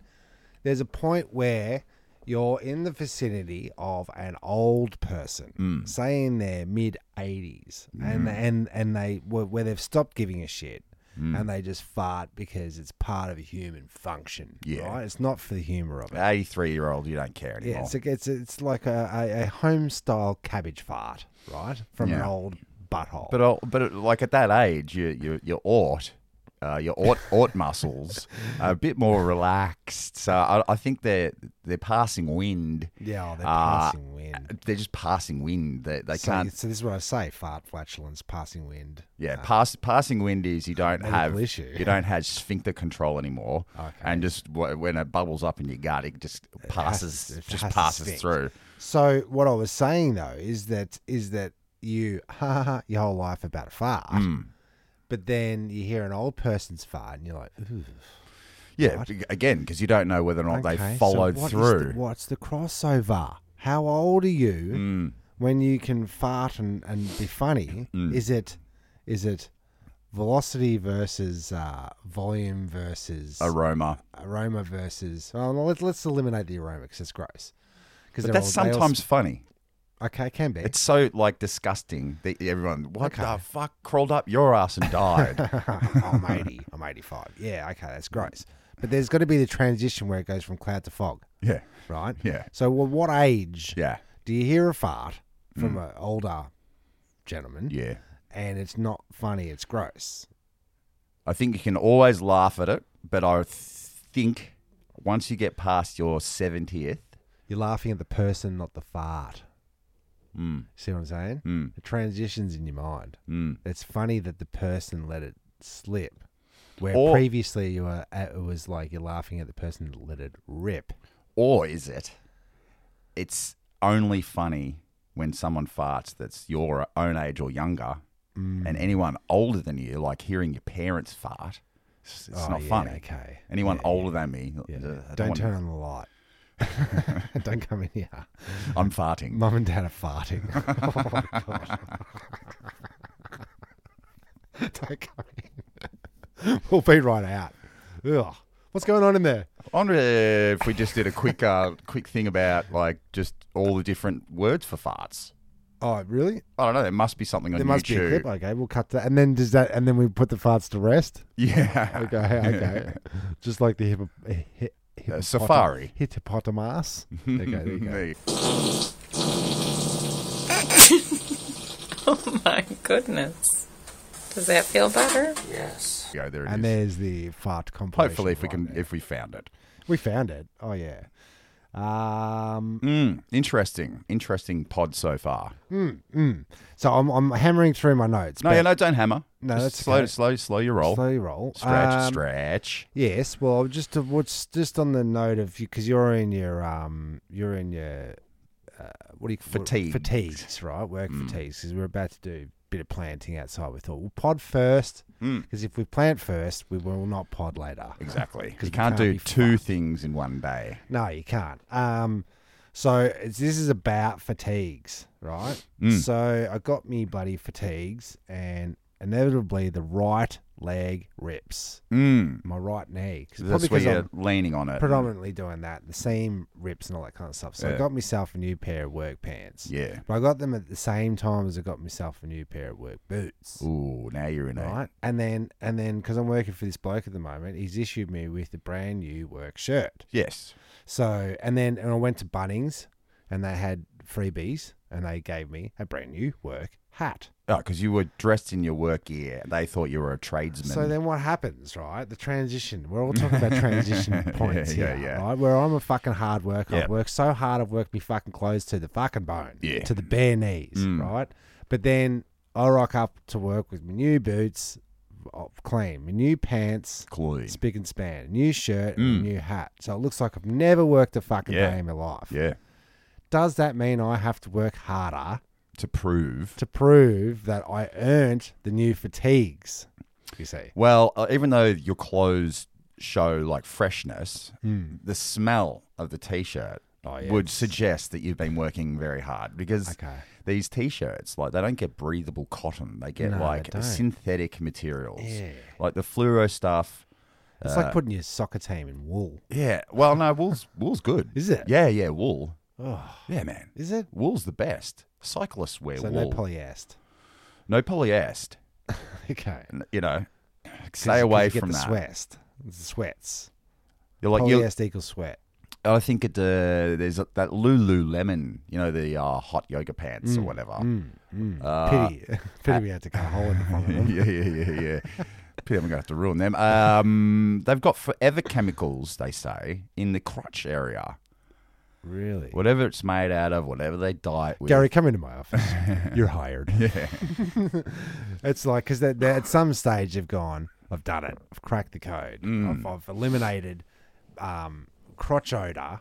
Speaker 3: there's a point where you're in the vicinity of an old person,
Speaker 2: Hmm.
Speaker 3: say in their mid 80s, and and and they where, where they've stopped giving a shit,
Speaker 2: Hmm.
Speaker 3: and they just fart because it's part of a human function.
Speaker 2: Yeah.
Speaker 3: right? it's not for the humor of it.
Speaker 2: 83 year old, you don't care anymore.
Speaker 3: Yeah, it's like it's it's like a, a, a home style cabbage fart, right? From an
Speaker 2: Yeah.
Speaker 3: old butthole.
Speaker 2: But uh, I'll- but like at that age, you you you ought. Uh, your aort, aort muscles are a bit more relaxed, so I, I think they're they're passing wind.
Speaker 3: yeah, oh, they're
Speaker 2: Uh,
Speaker 3: passing wind.
Speaker 2: They're just passing wind. They they
Speaker 3: so,
Speaker 2: can't.
Speaker 3: so this is what I say: fart flatulence, passing wind. Uh,
Speaker 2: Yeah, pass, passing wind is you don't
Speaker 3: Ah. Medical
Speaker 2: have
Speaker 3: issue.
Speaker 2: you don't have sphincter control anymore, and just w- when it bubbles up in your gut, it just passes
Speaker 3: it
Speaker 2: just
Speaker 3: has to
Speaker 2: passes
Speaker 3: sphincter.
Speaker 2: through.
Speaker 3: So what I was saying though is that is that you ha ha, ha your whole life about a fart,
Speaker 2: Hmm.
Speaker 3: but then you hear an old person's fart and you're like, Ooh,
Speaker 2: Yeah, b- again, because you don't know whether or not
Speaker 3: okay,
Speaker 2: they
Speaker 3: so
Speaker 2: followed
Speaker 3: what is the-
Speaker 2: through.
Speaker 3: what's the crossover? How old are you
Speaker 2: Hmm.
Speaker 3: when you can fart and, and be funny?
Speaker 2: Hmm.
Speaker 3: Is it is it velocity versus uh, volume versus
Speaker 2: aroma.
Speaker 3: aroma versus? Oh, well, let's let's eliminate the aroma because it's gross. Because
Speaker 2: But that's sometimes funny.
Speaker 3: okay, it can be.
Speaker 2: It's so like disgusting that everyone, what the fuck, crawled up your ass and died.
Speaker 3: I'm 80. I'm 85. Yeah, okay, that's gross. But there's got to be the transition where it goes from cloud to fog,
Speaker 2: yeah,
Speaker 3: right?
Speaker 2: Yeah.
Speaker 3: So, well, what age
Speaker 2: yeah, Mm.
Speaker 3: do you hear a fart from an older gentleman
Speaker 2: yeah.
Speaker 3: and it's not funny, it's gross?
Speaker 2: I think you can always laugh at it, but I think once you get past your seventieth,
Speaker 3: You're laughing at the person, not the fart.
Speaker 2: mm,
Speaker 3: See what I'm saying? It transitions in your mind. Mm. It's funny that the person let it slip. Where
Speaker 2: Or-
Speaker 3: previously you were, at, it was like you're laughing at the person that let it rip.
Speaker 2: or is it? It's only funny when someone farts that's your own age or younger,
Speaker 3: Mm.
Speaker 2: and anyone older than you, like hearing your parents fart, it's, it's
Speaker 3: Oh,
Speaker 2: not
Speaker 3: yeah,
Speaker 2: funny.
Speaker 3: okay.
Speaker 2: Anyone older than me,
Speaker 3: Yeah.
Speaker 2: uh, I
Speaker 3: Don't,
Speaker 2: want-
Speaker 3: turn on the light. don't come in here.
Speaker 2: I'm farting.
Speaker 3: Mum and dad are farting. oh my god. don't come in. we'll be right out. Ugh. What's going on in there?
Speaker 2: I wonder if we just did a quick, uh, quick thing about like just all the different words for farts.
Speaker 3: Oh, really?
Speaker 2: I don't know. There must be something on
Speaker 3: There must
Speaker 2: YouTube.
Speaker 3: be a clip. Okay, we'll cut that. And then does that? And then we put the farts to rest.
Speaker 2: Yeah.
Speaker 3: Okay, okay. Just like the
Speaker 2: uh,
Speaker 3: hippo, hi, hippopotam-
Speaker 2: safari.
Speaker 3: hippopotamus. Okay, Uh, there you go.
Speaker 2: Me.
Speaker 6: Oh My goodness. Does that feel better?
Speaker 2: Yeah, there it
Speaker 3: And
Speaker 2: is.
Speaker 3: there's the fart compilation.
Speaker 2: Hopefully, if we
Speaker 3: right
Speaker 2: can,
Speaker 3: there.
Speaker 2: if we found it.
Speaker 3: We found it. Oh yeah. Um,
Speaker 2: Mm, interesting, interesting pod so far.
Speaker 3: mm. so I'm, I'm hammering through my notes.
Speaker 2: No,
Speaker 3: but
Speaker 2: yeah, no, don't hammer.
Speaker 3: No,
Speaker 2: Just
Speaker 3: that's
Speaker 2: slow,
Speaker 3: okay.
Speaker 2: slow, slow your roll.
Speaker 3: Slowly roll.
Speaker 2: Stretch,
Speaker 3: Um,
Speaker 2: stretch.
Speaker 3: Yes. Well, just to, what's just on the note of you because you're in your um you're in your uh, what do you call
Speaker 2: Fatigues.
Speaker 3: Fatigues, right? Work
Speaker 2: Mm.
Speaker 3: fatigues because we're about to do a bit of planting outside. We thought we'll pod first
Speaker 2: Mm.
Speaker 3: because if we plant first, we will not pod later.
Speaker 2: Exactly. You
Speaker 3: we
Speaker 2: can't,
Speaker 3: can't
Speaker 2: do
Speaker 3: be
Speaker 2: two things in one day.
Speaker 3: No, you can't. Um, so it's, this is about fatigues, right?
Speaker 2: Mm.
Speaker 3: So I got me buddy fatigues, and inevitably the right leg rips.
Speaker 2: Mm.
Speaker 3: My right knee, 'cause- probably
Speaker 2: That's where
Speaker 3: because
Speaker 2: you're
Speaker 3: I'm
Speaker 2: leaning on it.
Speaker 3: predominantly doing that. The seam rips and all that kind of stuff. So
Speaker 2: Uh, Yeah.
Speaker 3: I got myself a new pair of work pants.
Speaker 2: Yeah.
Speaker 3: but I got them at the same time as I got myself a new pair of work boots.
Speaker 2: Ooh, now you're in a
Speaker 3: Right, and then and then because I'm working for this bloke at the moment, he's issued me with a brand new work shirt.
Speaker 2: yes.
Speaker 3: So and then and I went to Bunnings and they had freebies and they gave me a brand new work hat.
Speaker 2: Oh, because you were dressed in your work gear. They thought you were a tradesman.
Speaker 3: So then what happens, right? The transition. We're all talking about transition points
Speaker 2: Yeah, yeah,
Speaker 3: here,
Speaker 2: yeah.
Speaker 3: right? Where I'm a fucking hard worker.
Speaker 2: Yeah.
Speaker 3: I've worked so hard I've worked me fucking clothes to the fucking bone.
Speaker 2: Yeah. Mm.
Speaker 3: To the bare knees, right? But then I rock up to work with my new boots, oh, clean, my new pants,
Speaker 2: Clean. Mm.
Speaker 3: spick and span, new shirt, and a new hat. So it looks like I've never worked a fucking
Speaker 2: Yeah.
Speaker 3: day in my life.
Speaker 2: yeah.
Speaker 3: does that mean I have to work harder
Speaker 2: To prove.
Speaker 3: to prove that I earned the new fatigues? You see,
Speaker 2: Well, uh, even though your clothes show like freshness, the smell of the t-shirt
Speaker 3: Hmm. Oh, yeah.
Speaker 2: would suggest that you've been working very hard because
Speaker 3: Okay.
Speaker 2: these t-shirts like they don't get breathable cotton. They get
Speaker 3: No, they
Speaker 2: like
Speaker 3: don't.
Speaker 2: synthetic materials.
Speaker 3: Yeah.
Speaker 2: Like the fluoro stuff.
Speaker 3: it's
Speaker 2: Uh,
Speaker 3: like putting your soccer team in wool.
Speaker 2: Yeah. Well, no, wool's wool's good.
Speaker 3: Is it?
Speaker 2: Yeah, yeah, wool.
Speaker 3: Oh,
Speaker 2: Yeah, man.
Speaker 3: is it?
Speaker 2: Wool's the best. Cyclists wear
Speaker 3: So
Speaker 2: wool.
Speaker 3: no polyester.
Speaker 2: no polyester,
Speaker 3: Okay.
Speaker 2: you know. Stay away
Speaker 3: 'cause you
Speaker 2: from
Speaker 3: get the
Speaker 2: that.
Speaker 3: Sweats, the sweats.
Speaker 2: You're like you.
Speaker 3: Polyester equals sweat.
Speaker 2: I think it. Uh, there's a, that Lululemon. You know the uh, hot yoga pants
Speaker 3: Mm.
Speaker 2: or whatever.
Speaker 3: Hmm. Pity, pity we had to cut a hole in the front of them.
Speaker 2: Uh, yeah, yeah, yeah, yeah. Pity I'm going to have to ruin them. Um, they've got forever chemicals, they say, in the crotch area.
Speaker 3: Really,
Speaker 2: Whatever it's made out of, whatever they diet with.
Speaker 3: Gary, come into my office. You're hired.
Speaker 2: Yeah.
Speaker 3: It's like because they, they, at some stage they've gone, I've done it, I've cracked the code,
Speaker 2: Mm.
Speaker 3: I've, I've eliminated um, crotch odor,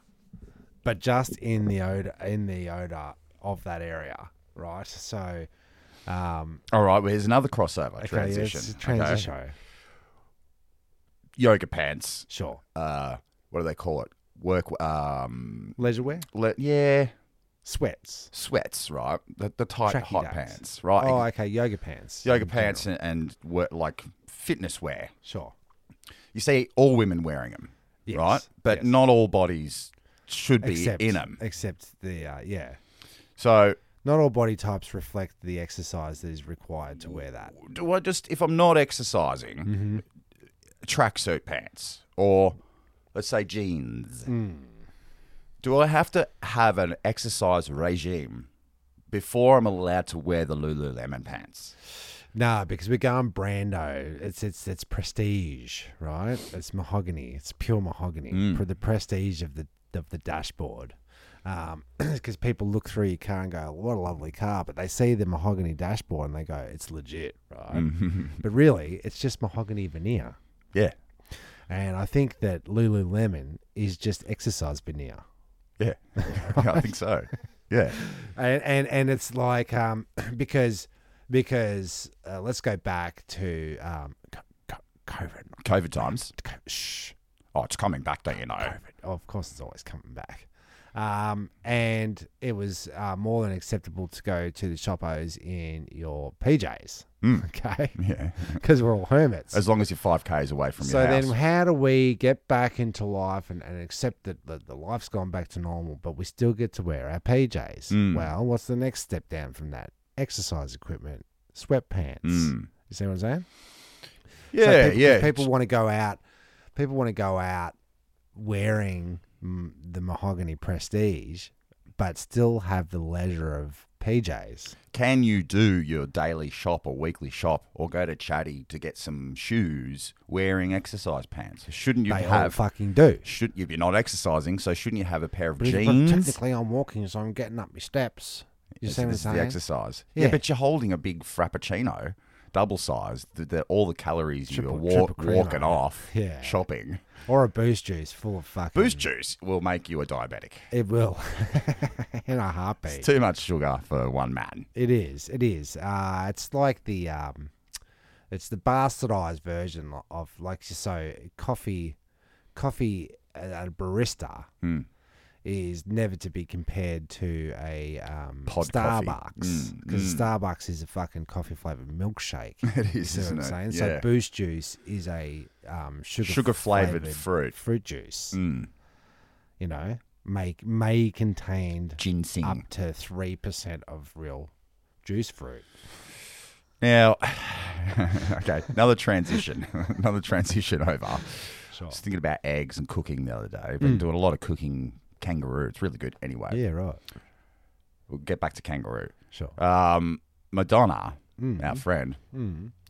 Speaker 3: but just in the odor in the odor of that area, right? So um,
Speaker 2: All right, well, here's another crossover
Speaker 3: okay,
Speaker 2: transition.
Speaker 3: it's a
Speaker 2: okay?
Speaker 3: transition,
Speaker 2: Yoga pants.
Speaker 3: sure.
Speaker 2: Uh, what do they call it? Work. Um,
Speaker 3: Leisure wear,
Speaker 2: le- yeah,
Speaker 3: sweats.
Speaker 2: sweats, right? The, the tight
Speaker 3: Tracky
Speaker 2: hot
Speaker 3: ducks.
Speaker 2: pants, right?
Speaker 3: Oh, okay, yoga pants.
Speaker 2: Yoga
Speaker 3: in
Speaker 2: pants
Speaker 3: general.
Speaker 2: and, and work, like fitness wear.
Speaker 3: Sure.
Speaker 2: You see all women wearing them,
Speaker 3: Yes,
Speaker 2: right? But
Speaker 3: yes.
Speaker 2: not all bodies should be in them.
Speaker 3: Except the uh, yeah.
Speaker 2: So,
Speaker 3: Not all body types reflect the exercise that is required to wear that.
Speaker 2: do I just if I'm not exercising,
Speaker 3: Mm-hmm.
Speaker 2: tracksuit pants or let's say jeans,
Speaker 3: Hmm.
Speaker 2: do I have to have an exercise regime before I'm allowed to wear the Lululemon pants?
Speaker 3: No, because we're going Brando. It's it's it's prestige, right? It's mahogany. It's pure mahogany for the prestige of the of the dashboard. Because people look through your car and go, "What a lovely car," but they see the mahogany dashboard and they go, "It's legit," right? But really, it's just mahogany veneer.
Speaker 2: Yeah,
Speaker 3: And I think that Lululemon is just exercise veneer.
Speaker 2: yeah, yeah I think so. Yeah,
Speaker 3: and and, and it's like um because because uh, let's go back to um co- co- COVID.
Speaker 2: COVID times.
Speaker 3: Co- Shh,
Speaker 2: Oh, it's coming back, don't you know?
Speaker 3: COVID. Oh, of course, it's always coming back. Um, and it was uh, more than acceptable to go to the shoppos in your PJs, okay?
Speaker 2: Hmm. Yeah,
Speaker 3: Because we're all hermits.
Speaker 2: as long as you're five k's away from
Speaker 3: So
Speaker 2: your house.
Speaker 3: then, how do we get back into life and, and accept that the, the life's gone back to normal, but we still get to wear our PJs?
Speaker 2: Mm.
Speaker 3: Well, what's the next step down from that? Exercise equipment, sweatpants.
Speaker 2: Mm.
Speaker 3: You see what I'm saying? So
Speaker 2: yeah,
Speaker 3: people, 'cause
Speaker 2: yeah.
Speaker 3: People want to go out. People want to go out wearing mm, the mahogany prestige, but still have the leisure of PJs.
Speaker 2: can you do your daily shop or weekly shop or go to Chatty to get some shoes wearing exercise pants? Shouldn't you
Speaker 3: they all
Speaker 2: have?
Speaker 3: fucking do.
Speaker 2: should you? You're not exercising, so shouldn't you have a pair of
Speaker 3: But
Speaker 2: jeans?
Speaker 3: technically, I'm walking, so I'm getting up my steps. You
Speaker 2: Yes,
Speaker 3: see what I'm
Speaker 2: this is the
Speaker 3: saying?
Speaker 2: exercise. Yeah.
Speaker 3: Yeah.
Speaker 2: but you're holding a big frappuccino, double sized. That that all the calories
Speaker 3: Triple-
Speaker 2: you were wa-
Speaker 3: triple creamer.
Speaker 2: walking off
Speaker 3: Yeah.
Speaker 2: shopping.
Speaker 3: Or a boost juice full of fucking.
Speaker 2: Boost juice will make you a diabetic.
Speaker 3: It will. In a heartbeat.
Speaker 2: Too much sugar for one man.
Speaker 3: it is. It is. Uh, it's like the. Um, it's the bastardized version lo- of like so coffee, coffee uh, at a barista
Speaker 2: Hmm.
Speaker 3: is never to be compared to a um,
Speaker 2: Pod coffee. Hmm,
Speaker 3: Starbucks because Starbucks is a fucking coffee flavored milkshake.
Speaker 2: It
Speaker 3: You
Speaker 2: is,
Speaker 3: see what
Speaker 2: isn't
Speaker 3: I'm
Speaker 2: it?
Speaker 3: saying?
Speaker 2: Yeah.
Speaker 3: So boost juice is a um, sugar
Speaker 2: Sugar-flavored fruit.
Speaker 3: fruit juice.
Speaker 2: Mm.
Speaker 3: you know, may may contain
Speaker 2: Ginseng.
Speaker 3: up to three percent of real juice fruit.
Speaker 2: Now, okay, another transition, another transition over. I
Speaker 3: Sure. Mm.
Speaker 2: was thinking about eggs and cooking the other day. Been doing a lot of cooking kangaroo. It's really good. Anyway,
Speaker 3: Yeah, right.
Speaker 2: we'll get back to kangaroo.
Speaker 3: Sure. Hmm.
Speaker 2: Um, Madonna,
Speaker 3: Mm-hmm.
Speaker 2: our friend,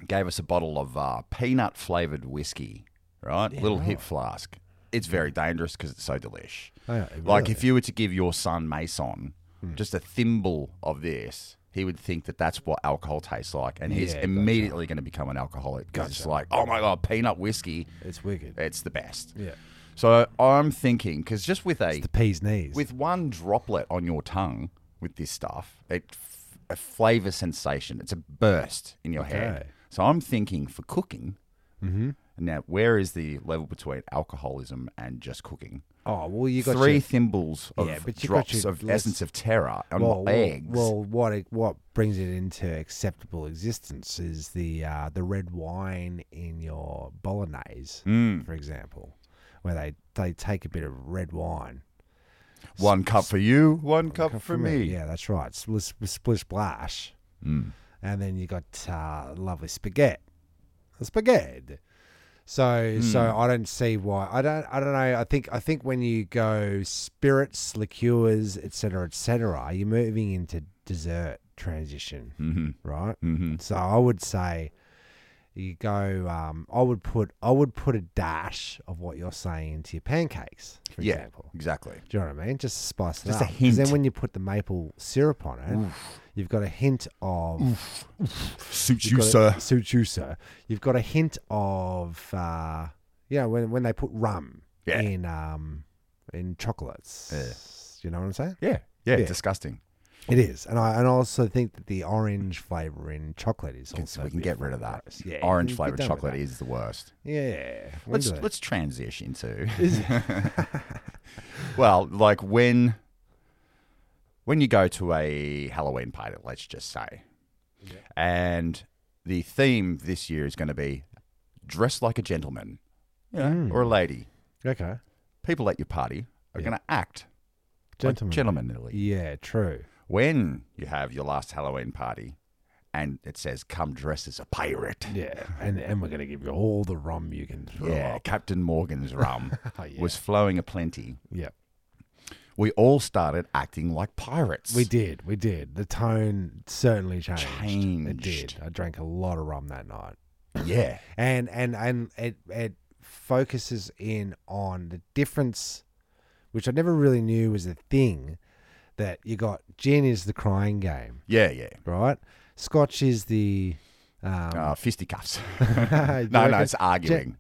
Speaker 2: gave us a bottle of uh, peanut flavored whiskey. Right, little hip flask. It's very dangerous because it's so delish.
Speaker 3: Oh,
Speaker 2: Like
Speaker 3: really? Hmm.
Speaker 2: if you were to give your son Mason just a thimble of this, he would think that that's what alcohol tastes like, and he's
Speaker 3: Yeah, gotcha.
Speaker 2: immediately going to become an alcoholic because it's like, oh my god, peanut whiskey,
Speaker 3: it's wicked.
Speaker 2: it's the best.
Speaker 3: Yeah.
Speaker 2: So I'm thinking because just with a
Speaker 3: The peas knees.
Speaker 2: with one droplet on your tongue with this stuff, it f- a flavor sensation. It's a burst in your head.
Speaker 3: Okay.
Speaker 2: So I'm thinking for cooking. Mm-hmm. Now, where is the level between alcoholism and just cooking?
Speaker 3: oh well, you got
Speaker 2: three
Speaker 3: your-
Speaker 2: thimbles of
Speaker 3: Yeah, but you got
Speaker 2: drops
Speaker 3: your-
Speaker 2: of
Speaker 3: let's-
Speaker 2: essence of terror on
Speaker 3: well,
Speaker 2: my eggs.
Speaker 3: Well, well, what it, what brings it into acceptable existence is the uh, the red wine in your bolognese, for example, where they they take a bit of red wine
Speaker 2: one cup for you, one cup,
Speaker 3: Come
Speaker 2: for me.
Speaker 3: Yeah, that's right. Mm. Splish, splish splash. And then you got uh, lovely spaghetti. spaghetti. So so I don't see why I don't I don't know I think I think when you go spirits liqueurs etc cetera, etc cetera, you're moving into dessert transition right mm-hmm. so I would say you go um, I would put I would put a dash of what you're saying into your pancakes for
Speaker 2: yeah,
Speaker 3: example
Speaker 2: exactly.
Speaker 3: do you know what I mean? Just to spice it
Speaker 2: Just a
Speaker 3: up. 'Cause
Speaker 2: hint.
Speaker 3: then when you put the maple syrup on it, you've got a hint of
Speaker 2: Suits
Speaker 3: you've got a- Suits you, sir. You've got a hint of uh, you know when when they put rum
Speaker 2: Yeah.
Speaker 3: in um in chocolates. You know what I'm saying?
Speaker 2: Yeah, yeah,
Speaker 3: Yeah.
Speaker 2: disgusting.
Speaker 3: It is, and I and I also think that the orange flavor in chocolate is also.
Speaker 2: So we can
Speaker 3: a bit
Speaker 2: get rid of that.
Speaker 3: gross. Yeah,
Speaker 2: Orange
Speaker 3: you can get
Speaker 2: flavored
Speaker 3: done with
Speaker 2: chocolate
Speaker 3: that.
Speaker 2: is the worst.
Speaker 3: Yeah, we
Speaker 2: Let's
Speaker 3: can do it.
Speaker 2: let's transition to. well, like when when you go to a Halloween party, let's just say, and the theme this year is going to be dress like a gentleman, you know, or a lady.
Speaker 3: Mm. okay,
Speaker 2: People at your party are going to act
Speaker 3: gentlemen.
Speaker 2: like gentlemanly.
Speaker 3: Yeah, true.
Speaker 2: When you have your last Halloween party, and it says come dress as a pirate.
Speaker 3: Yeah, and and we're gonna give you all the rum you can throw
Speaker 2: Yeah,
Speaker 3: up.
Speaker 2: Captain Morgan's rum
Speaker 3: Oh. Yeah.
Speaker 2: was flowing aplenty.
Speaker 3: Yeah.
Speaker 2: We all started acting like pirates.
Speaker 3: We did, we did. The tone certainly changed. It did.
Speaker 2: Changed.
Speaker 3: I drank a lot of rum that night,
Speaker 2: Yeah.
Speaker 3: and and and it it focuses in on the difference, which I never really knew was a thing. That you got gin is the crying game,
Speaker 2: Yeah, yeah.
Speaker 3: right? Scotch is the um,
Speaker 2: Uh, fisticuffs.
Speaker 3: You
Speaker 2: no, no,
Speaker 3: reckon?
Speaker 2: it's arguing.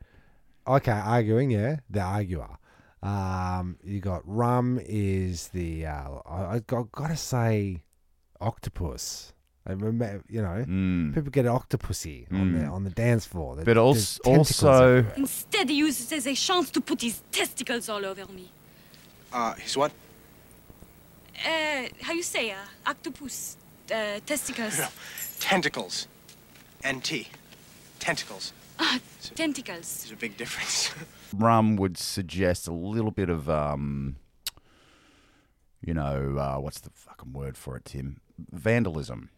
Speaker 3: okay arguing, yeah, the arguer. Um, you got rum is the uh, I, I got gotta say octopus. I remember, you know,
Speaker 2: Mm.
Speaker 3: People get octopusy on the on the dance floor. There-
Speaker 2: But
Speaker 3: there's
Speaker 2: also,
Speaker 3: tentacles
Speaker 2: also
Speaker 3: everywhere.
Speaker 7: Instead, he uses as a chance to put his testicles all over me.
Speaker 5: Uh, he's what?
Speaker 7: Uh, how you say, uh, octopus, uh, testicles,
Speaker 8: Tentacles. NT. Tentacles.
Speaker 7: tentacles.
Speaker 8: There's a big difference.
Speaker 2: rum would suggest a little bit of, um, you know, uh, what's the fucking word for it, Tim? Vandalism.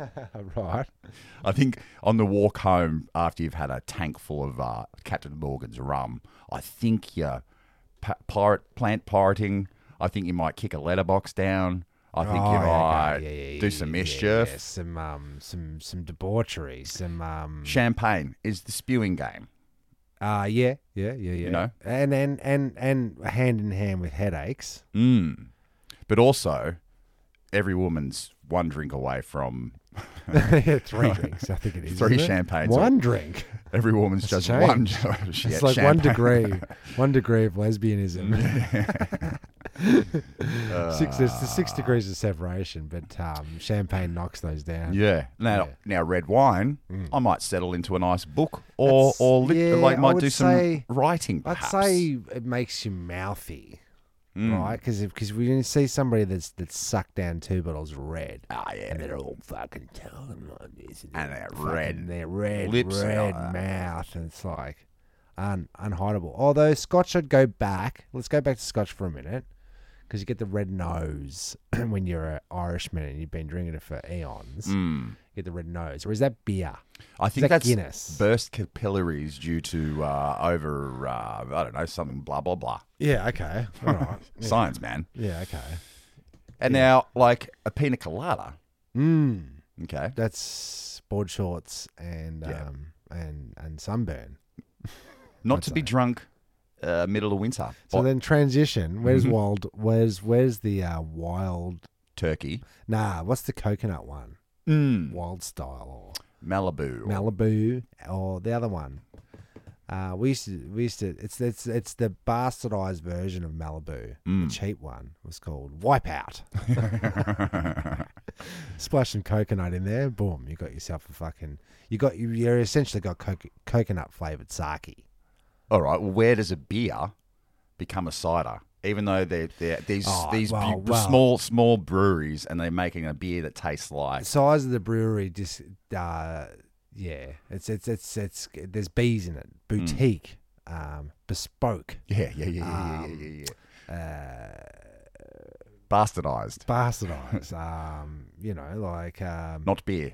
Speaker 3: right?
Speaker 2: I think on the walk home after you've had a tank full of uh, Captain Morgan's rum, I think you're p- pirate plant pirating. I think you might kick a letterbox down. I think
Speaker 3: Oh,
Speaker 2: you
Speaker 3: okay.
Speaker 2: might
Speaker 3: Yeah, yeah,
Speaker 2: do
Speaker 3: yeah,
Speaker 2: some
Speaker 3: yeah,
Speaker 2: mischief.
Speaker 3: yeah. some um, some some debauchery, some um,
Speaker 2: Champagne is the spewing game.
Speaker 3: uh, yeah, yeah, yeah, yeah. You
Speaker 2: know?
Speaker 3: and and and and hand in hand with headaches.
Speaker 2: Mm. But also, every woman's one drink away from
Speaker 3: Three drinks, I think it is.
Speaker 2: Three
Speaker 3: isn't it?
Speaker 2: champagnes.
Speaker 3: One drink.
Speaker 2: every woman's
Speaker 3: That's
Speaker 2: just one.
Speaker 3: changed.
Speaker 2: She
Speaker 3: It's
Speaker 2: had
Speaker 3: like one
Speaker 2: champagne.
Speaker 3: degree, one degree of lesbianism. six, there's the six degrees of separation, but um, champagne knocks those down.
Speaker 2: Yeah. Now,
Speaker 3: Yeah. Mm.
Speaker 2: now red wine, I might settle into a nice book or
Speaker 3: That's-
Speaker 2: or lit,
Speaker 3: yeah,
Speaker 2: like
Speaker 3: I
Speaker 2: might
Speaker 3: would
Speaker 2: do some
Speaker 3: say-
Speaker 2: writing.
Speaker 3: I'd
Speaker 2: Perhaps. Hmm.
Speaker 3: say it makes you mouthy, right? Because because when you see somebody that's that's sucked down two bottles of red,
Speaker 2: Ah, yeah.
Speaker 3: and they're all fucking telling like this,
Speaker 2: And they're
Speaker 3: fucking-
Speaker 2: red
Speaker 3: they're red,
Speaker 2: lips and all
Speaker 3: red
Speaker 2: that.
Speaker 3: mouth, and it's like un, unhideable. Although Scotch, I'd go back. Let's go back to Scotch for a minute, because you get the red nose when you're an Irishman and you've been drinking it for eons.
Speaker 2: Mm.
Speaker 3: You get the red nose, or is that beer?
Speaker 2: I think
Speaker 3: that
Speaker 2: that's
Speaker 3: Guinness?
Speaker 2: burst capillaries due to uh, over uh, I don't know something blah blah blah.
Speaker 3: Yeah. Okay. All right.
Speaker 2: Science, man.
Speaker 3: yeah. Okay.
Speaker 2: And now like a pina colada.
Speaker 3: Mm.
Speaker 2: Okay.
Speaker 3: That's board shorts and
Speaker 2: Yeah.
Speaker 3: um and and sunburn.
Speaker 2: Not to be drunk uh, middle of winter.
Speaker 3: So
Speaker 2: But
Speaker 3: then transition. Where's wild? Where's where's the uh, wild?
Speaker 2: Turkey.
Speaker 3: Nah, what's the coconut one?
Speaker 2: Mm.
Speaker 3: Wild style
Speaker 2: Malibu.
Speaker 3: or Malibu or the other one? Uh, we used to we used to it's it's it's the bastardized version of Malibu. The cheap one was called Wipeout. Splash some coconut in there, boom! You got yourself a fucking. You got you. You essentially got co- coconut flavored sake.
Speaker 2: All right. Well, where does a beer become a cider? Even though they're, they're these
Speaker 3: Oh,
Speaker 2: these bu-
Speaker 3: well, well.
Speaker 2: small small breweries and they're making a beer that tastes like
Speaker 3: size of the brewery just uh yeah it's it's it's it's there's bees in it
Speaker 2: Hmm.
Speaker 3: boutique um bespoke
Speaker 2: yeah yeah yeah yeah yeah yeah, yeah, yeah. uh, bastardized
Speaker 3: bastardized um you know like um
Speaker 2: not beer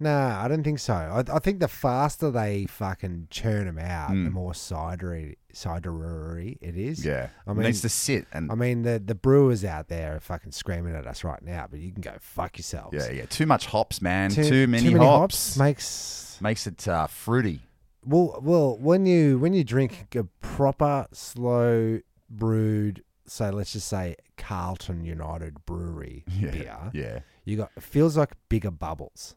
Speaker 3: Nah, I don't think so. I, I think the faster they fucking churn them out, the more cidery, cidery it is.
Speaker 2: Hmm. Yeah.
Speaker 3: I
Speaker 2: it
Speaker 3: mean,
Speaker 2: needs to sit and
Speaker 3: I mean the the brewers out there are fucking screaming at us right now, but you can go fuck yourselves.
Speaker 2: yeah, yeah. Too much hops, man. Too, many, hops,
Speaker 3: makes
Speaker 2: makes it uh, fruity.
Speaker 3: well well when you when you drink a proper slow brewed, so let's just say Carlton United Brewery
Speaker 2: Yeah,
Speaker 3: beer,
Speaker 2: yeah.
Speaker 3: you got it feels like bigger bubbles.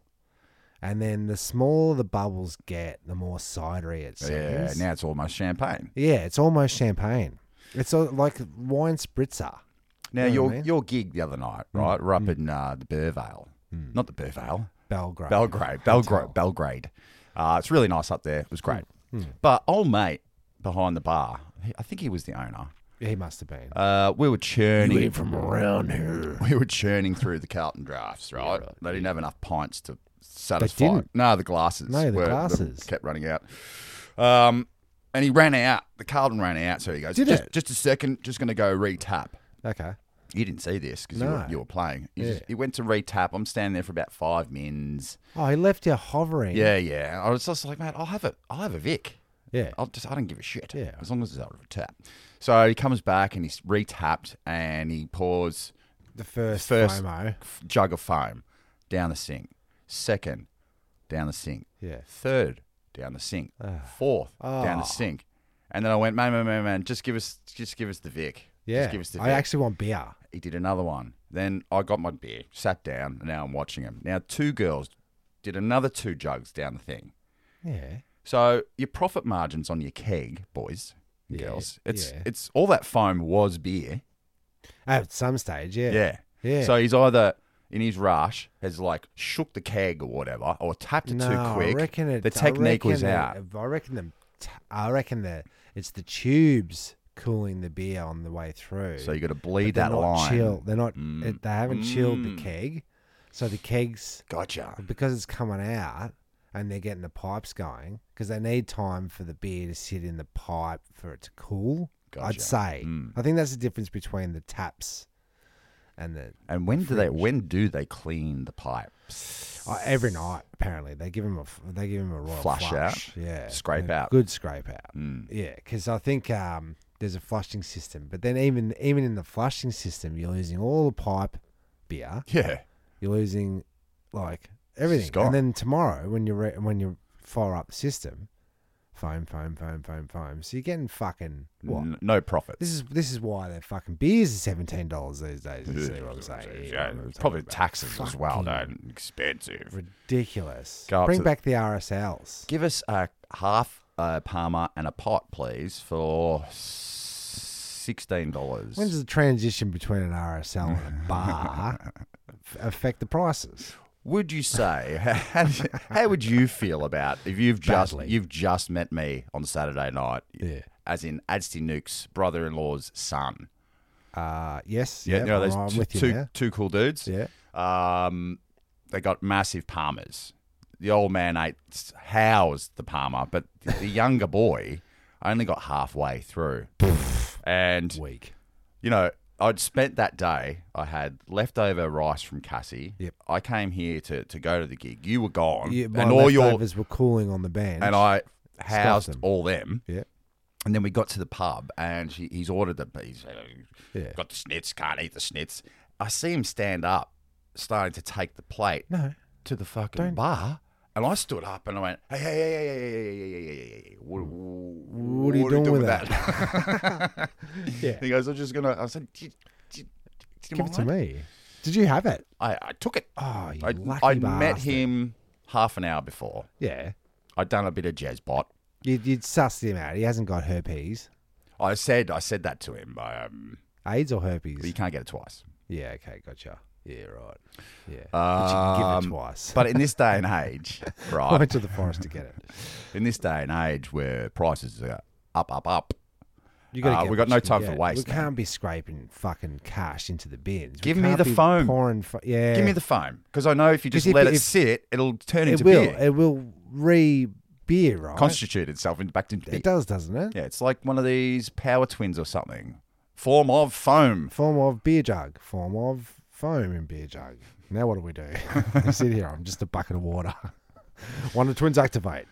Speaker 3: And then the smaller the bubbles get, the more cidery it seems.
Speaker 2: Yeah, now it's almost champagne.
Speaker 3: Yeah, it's almost champagne. It's al- like wine spritzer.
Speaker 2: Now
Speaker 3: You know
Speaker 2: your
Speaker 3: what I mean? Mm,
Speaker 2: your gig the other night, right? We're up in uh, the Burvale, not the Burvale,
Speaker 3: Belgrade. Hmm.
Speaker 2: Belgrade,
Speaker 3: Hotel.
Speaker 2: Belgrade, Belgrade. Uh, it's really nice up there. It was great. But old mate behind the bar, he- I think he was the owner.
Speaker 3: He must have been.
Speaker 2: Uh, we were churning
Speaker 3: from around here.
Speaker 2: we were churning through the Carlton drafts, right? They didn't have enough pints to satisfy.
Speaker 3: didn't.
Speaker 2: No, the glasses.
Speaker 3: No, the
Speaker 2: were-
Speaker 3: glasses.
Speaker 2: kept running out. Um, and he ran out. The Carlton ran out, so he goes,
Speaker 3: Did
Speaker 2: just,
Speaker 3: it?
Speaker 2: just a second, just going to go retap.
Speaker 3: Okay.
Speaker 2: You didn't see this because you,
Speaker 3: No.
Speaker 2: were, you were playing. He,
Speaker 3: Yeah.
Speaker 2: just, he went to retap. I'm standing there for about five mins.
Speaker 3: Oh, he left you hovering.
Speaker 2: Yeah, yeah. I was just like, mate, I'll have a, I'll have a Vic.
Speaker 3: Yeah.
Speaker 2: I'll just, I don't give a shit.
Speaker 3: Yeah.
Speaker 2: As long as it's out of a tap. So he comes back and he's retapped and he pours
Speaker 3: The first,
Speaker 2: First-
Speaker 3: FOMO.
Speaker 2: f- jug of foam down the sink. Second, down the sink.
Speaker 3: Yeah.
Speaker 2: Third, down the sink.
Speaker 3: Ah.
Speaker 2: Fourth, down the sink. And then I went, man, man, man, man, just give us, just give us the Vic.
Speaker 3: Yeah.
Speaker 2: Just give us the Vic.
Speaker 3: I actually want beer.
Speaker 2: he did another one. Then I got my beer, sat down, and now I'm watching him. Now two girls did another two jugs down the thing.
Speaker 3: Yeah.
Speaker 2: So your profit margins on your keg, boys and
Speaker 3: Yeah,
Speaker 2: girls, it's
Speaker 3: yeah.
Speaker 2: it's all that foam was beer.
Speaker 3: At some stage, yeah.
Speaker 2: Yeah.
Speaker 3: Yeah.
Speaker 2: So he's either in his rush has like shook the keg or whatever, or tapped it
Speaker 3: no,
Speaker 2: too quick.
Speaker 3: I reckon it,
Speaker 2: the technique
Speaker 3: I reckon
Speaker 2: was
Speaker 3: it-
Speaker 2: out.
Speaker 3: I reckon the, t- I reckon the, it's the tubes cooling the beer on the way through.
Speaker 2: So you got to
Speaker 3: uh, but
Speaker 2: bleed
Speaker 3: they're
Speaker 2: that
Speaker 3: not
Speaker 2: line. Mm.
Speaker 3: Chill. They're not. It, they haven't chilled the keg, so the kegs
Speaker 2: Gotcha.
Speaker 3: because it's coming out and they're getting the pipes going because they need time for the beer to sit in the pipe for it to cool.
Speaker 2: Gotcha. Mm.
Speaker 3: I'd say. I think that's the difference between the taps and the
Speaker 2: And when do they? When do they clean the pipe?
Speaker 3: uh, every night. Apparently, they give him a f- they give him a royal
Speaker 2: Flush
Speaker 3: flush,
Speaker 2: out?
Speaker 3: yeah,
Speaker 2: Scrape
Speaker 3: a
Speaker 2: out? Hmm.
Speaker 3: good scrape out, yeah. Because I think um, there's a flushing system, but then even even in the flushing system, you're losing all the pipe beer.
Speaker 2: Yeah.
Speaker 3: You're losing like everything,
Speaker 2: gone.
Speaker 3: and then tomorrow when you re- when you fire up the system, foam, foam, foam, foam, foam. So you're getting fucking what?
Speaker 2: N- no profit.
Speaker 3: This is this is why their fucking beers are seventeen dollars these days. You see what I'm saying? You know what
Speaker 2: Yeah,
Speaker 3: I'm talking
Speaker 2: probably
Speaker 3: about.
Speaker 2: taxes as well.
Speaker 3: Fucking
Speaker 2: dude. Expensive.
Speaker 3: ridiculous.
Speaker 2: Go up
Speaker 3: Bring
Speaker 2: to-
Speaker 3: back the RSLs.
Speaker 2: Give us a half a Palmer and a pot, please, for sixteen dollars.
Speaker 3: When does the transition between an RSL and a bar f- affect the prices?
Speaker 2: Would you say how, how would you feel about if you've just
Speaker 3: Badly.
Speaker 2: you've just met me on Saturday night?
Speaker 3: Yeah.
Speaker 2: As in Adsty Nuke's brother-in-law's son.
Speaker 3: Uh, yes.
Speaker 2: Yeah,
Speaker 3: yep,
Speaker 2: you know those
Speaker 3: I'm
Speaker 2: t-
Speaker 3: with you
Speaker 2: two
Speaker 3: now.
Speaker 2: two cool dudes.
Speaker 3: Yeah.
Speaker 2: Um, they got massive palmers. The old man ate housed the palmer, but the younger boy only got halfway through. and
Speaker 3: Week.
Speaker 2: you know, I'd spent that day. I had leftover rice from Cassie.
Speaker 3: Yep.
Speaker 2: I came here to, to go to the gig. You were gone,
Speaker 3: Yeah, my
Speaker 2: Um, and all your
Speaker 3: leftovers were cooling on the bench.
Speaker 2: and I housed
Speaker 3: them.
Speaker 2: all them.
Speaker 3: Yeah.
Speaker 2: And then we got to the pub, and he, he's ordered the. He's uh,
Speaker 3: Yeah.
Speaker 2: got the schnitz. Can't eat the schnitz. I see him stand up, starting to take the plate
Speaker 3: No.
Speaker 2: to the fucking bar, and I stood up and I went, "Hey, hey, hey, hey, hey, hey, hey, hey, hey, hey, hey, hey, what, what
Speaker 3: are you doing with
Speaker 2: that?"
Speaker 3: Yeah.
Speaker 2: He goes, "I'm just gonna." I said, "Do you- do you- do you
Speaker 3: Give it to
Speaker 2: mind?"
Speaker 3: me. Did you have it?
Speaker 2: I, I took it.
Speaker 3: Oh, you
Speaker 2: I,
Speaker 3: lucky
Speaker 2: I met
Speaker 3: bastard.
Speaker 2: him half an hour before.
Speaker 3: Yeah.
Speaker 2: I'd done a bit of jazz bot.
Speaker 3: You, you'd sussed him out. He hasn't got herpes.
Speaker 2: I said I said that to him. Um,
Speaker 3: AIDS or
Speaker 2: but you
Speaker 3: herpes?
Speaker 2: can't get it twice.
Speaker 3: Yeah, okay, gotcha. Yeah, right. Yeah. But you give
Speaker 2: Um,
Speaker 3: it twice.
Speaker 2: But in this day and age,
Speaker 3: I
Speaker 2: right?
Speaker 3: went to the forest to get it.
Speaker 2: In this day and age where prices are up, up, up,
Speaker 3: You
Speaker 2: Uh,
Speaker 3: gotta get
Speaker 2: we got
Speaker 3: what
Speaker 2: no
Speaker 3: you can
Speaker 2: time for
Speaker 3: get.
Speaker 2: waste,
Speaker 3: We
Speaker 2: man.
Speaker 3: can't be scraping fucking cash into the bins. We
Speaker 2: Give me
Speaker 3: can't
Speaker 2: the
Speaker 3: be
Speaker 2: foam.
Speaker 3: Pouring fu- yeah.
Speaker 2: Give me the foam because I know if you just
Speaker 3: 'Cause if-
Speaker 2: let it
Speaker 3: if-
Speaker 2: sit, it'll turn
Speaker 3: It
Speaker 2: into
Speaker 3: will.
Speaker 2: beer.
Speaker 3: It will re beer, right?
Speaker 2: Constitute itself into back into beer.
Speaker 3: it does, doesn't it?
Speaker 2: Yeah, it's like one of these power twins or something. Form of foam.
Speaker 3: Form of beer jug. Form of foam in beer jug. Now what do we do? I sit here. I'm just a bucket of water. Wonder twins activate.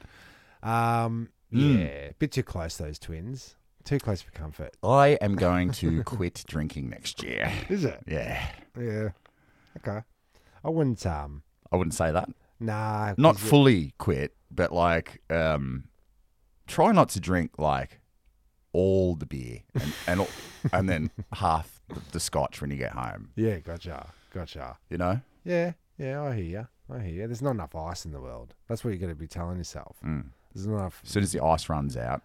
Speaker 3: Um,
Speaker 2: Mm.
Speaker 3: Yeah, bit too close. Those twins, too close for comfort.
Speaker 2: I am going to quit drinking next year.
Speaker 3: Is it?
Speaker 2: Yeah.
Speaker 3: Yeah. Okay. I wouldn't. Um.
Speaker 2: I wouldn't say that.
Speaker 3: Nah.
Speaker 2: Not
Speaker 3: 'cause you-
Speaker 2: fully quit, but like um try not to drink like all the beer and and, all, and then half the, the scotch when you get home,
Speaker 3: Yeah. Gotcha. Gotcha.
Speaker 2: you know?
Speaker 3: Yeah. Yeah. I hear you. I hear you. There's not enough ice in the world. That's what you got to be telling yourself.
Speaker 2: Mm.
Speaker 3: There's not enough.
Speaker 2: As soon as the ice runs out.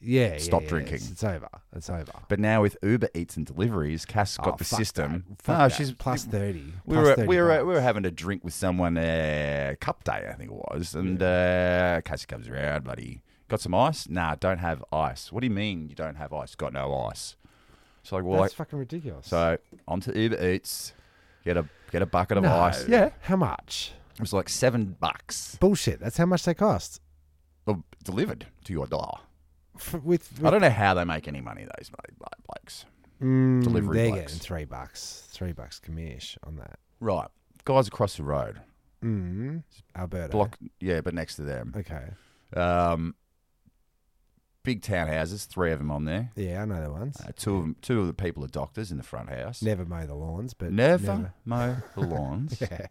Speaker 3: Yeah. yeah,
Speaker 2: Stop
Speaker 3: yeah,
Speaker 2: drinking.
Speaker 3: It's, it's over. It's over.
Speaker 2: But now with Uber Eats and deliveries, Cass got
Speaker 3: Oh,
Speaker 2: the
Speaker 3: fuck
Speaker 2: system.
Speaker 3: that. Fuck
Speaker 2: No,
Speaker 3: that.
Speaker 2: she's
Speaker 3: plus thirty.
Speaker 2: we
Speaker 3: plus
Speaker 2: were
Speaker 3: 30
Speaker 2: we were we
Speaker 3: bucks.
Speaker 2: were having a drink with someone uh, cup day, I think it was, and uh, Cassie comes around, bloody got some ice. Nah, don't have ice. What do you mean you don't have ice? Got no ice. It's like well,
Speaker 3: That's fucking ridiculous.
Speaker 2: so onto Uber Eats, get a get a bucket of
Speaker 3: No.
Speaker 2: ice. Yeah,
Speaker 3: How much?
Speaker 2: it was like seven bucks
Speaker 3: Bullshit. That's how much they cost.
Speaker 2: well, delivered to your door.
Speaker 3: F- with, with
Speaker 2: I don't know how they make any money those blo- blo- blokes.
Speaker 3: Mm,
Speaker 2: delivery
Speaker 3: They're
Speaker 2: blokes.
Speaker 3: getting three bucks. Three bucks commish on that.
Speaker 2: Right, guys across the road,
Speaker 3: Mm. Alberta.
Speaker 2: block. Yeah, but next to them,
Speaker 3: Okay.
Speaker 2: um, big townhouses, three of them on there.
Speaker 3: Yeah, I know the ones.
Speaker 2: Uh, two of 'em- two of the people are doctors in the front house.
Speaker 3: never mow the lawns, but
Speaker 2: Never mow the lawns.
Speaker 3: Yeah.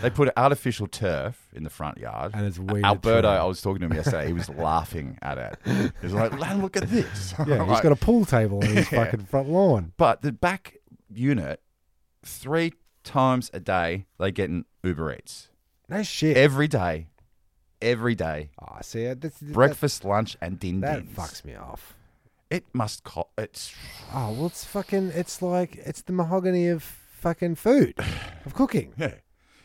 Speaker 2: They put artificial turf in the front yard.
Speaker 3: And it's weeded
Speaker 2: Alberto,
Speaker 3: through.
Speaker 2: I was talking to him yesterday. He was laughing at it. He was like, "Man, "Look at this."
Speaker 3: Yeah,
Speaker 2: I'm
Speaker 3: he's
Speaker 2: like-
Speaker 3: got a pool table on his fucking front lawn.
Speaker 2: but the back unit, three times a day, they get an Uber Eats
Speaker 3: No shit.
Speaker 2: every day, every day.
Speaker 3: Ah, see, uh, that's,
Speaker 2: Breakfast, lunch, and din
Speaker 3: That, that
Speaker 2: dins.
Speaker 3: fucks me off.
Speaker 2: It must cost. It's
Speaker 3: Oh well, it's fucking. It's like it's the mahogany of fucking food, of cooking.
Speaker 2: Yeah.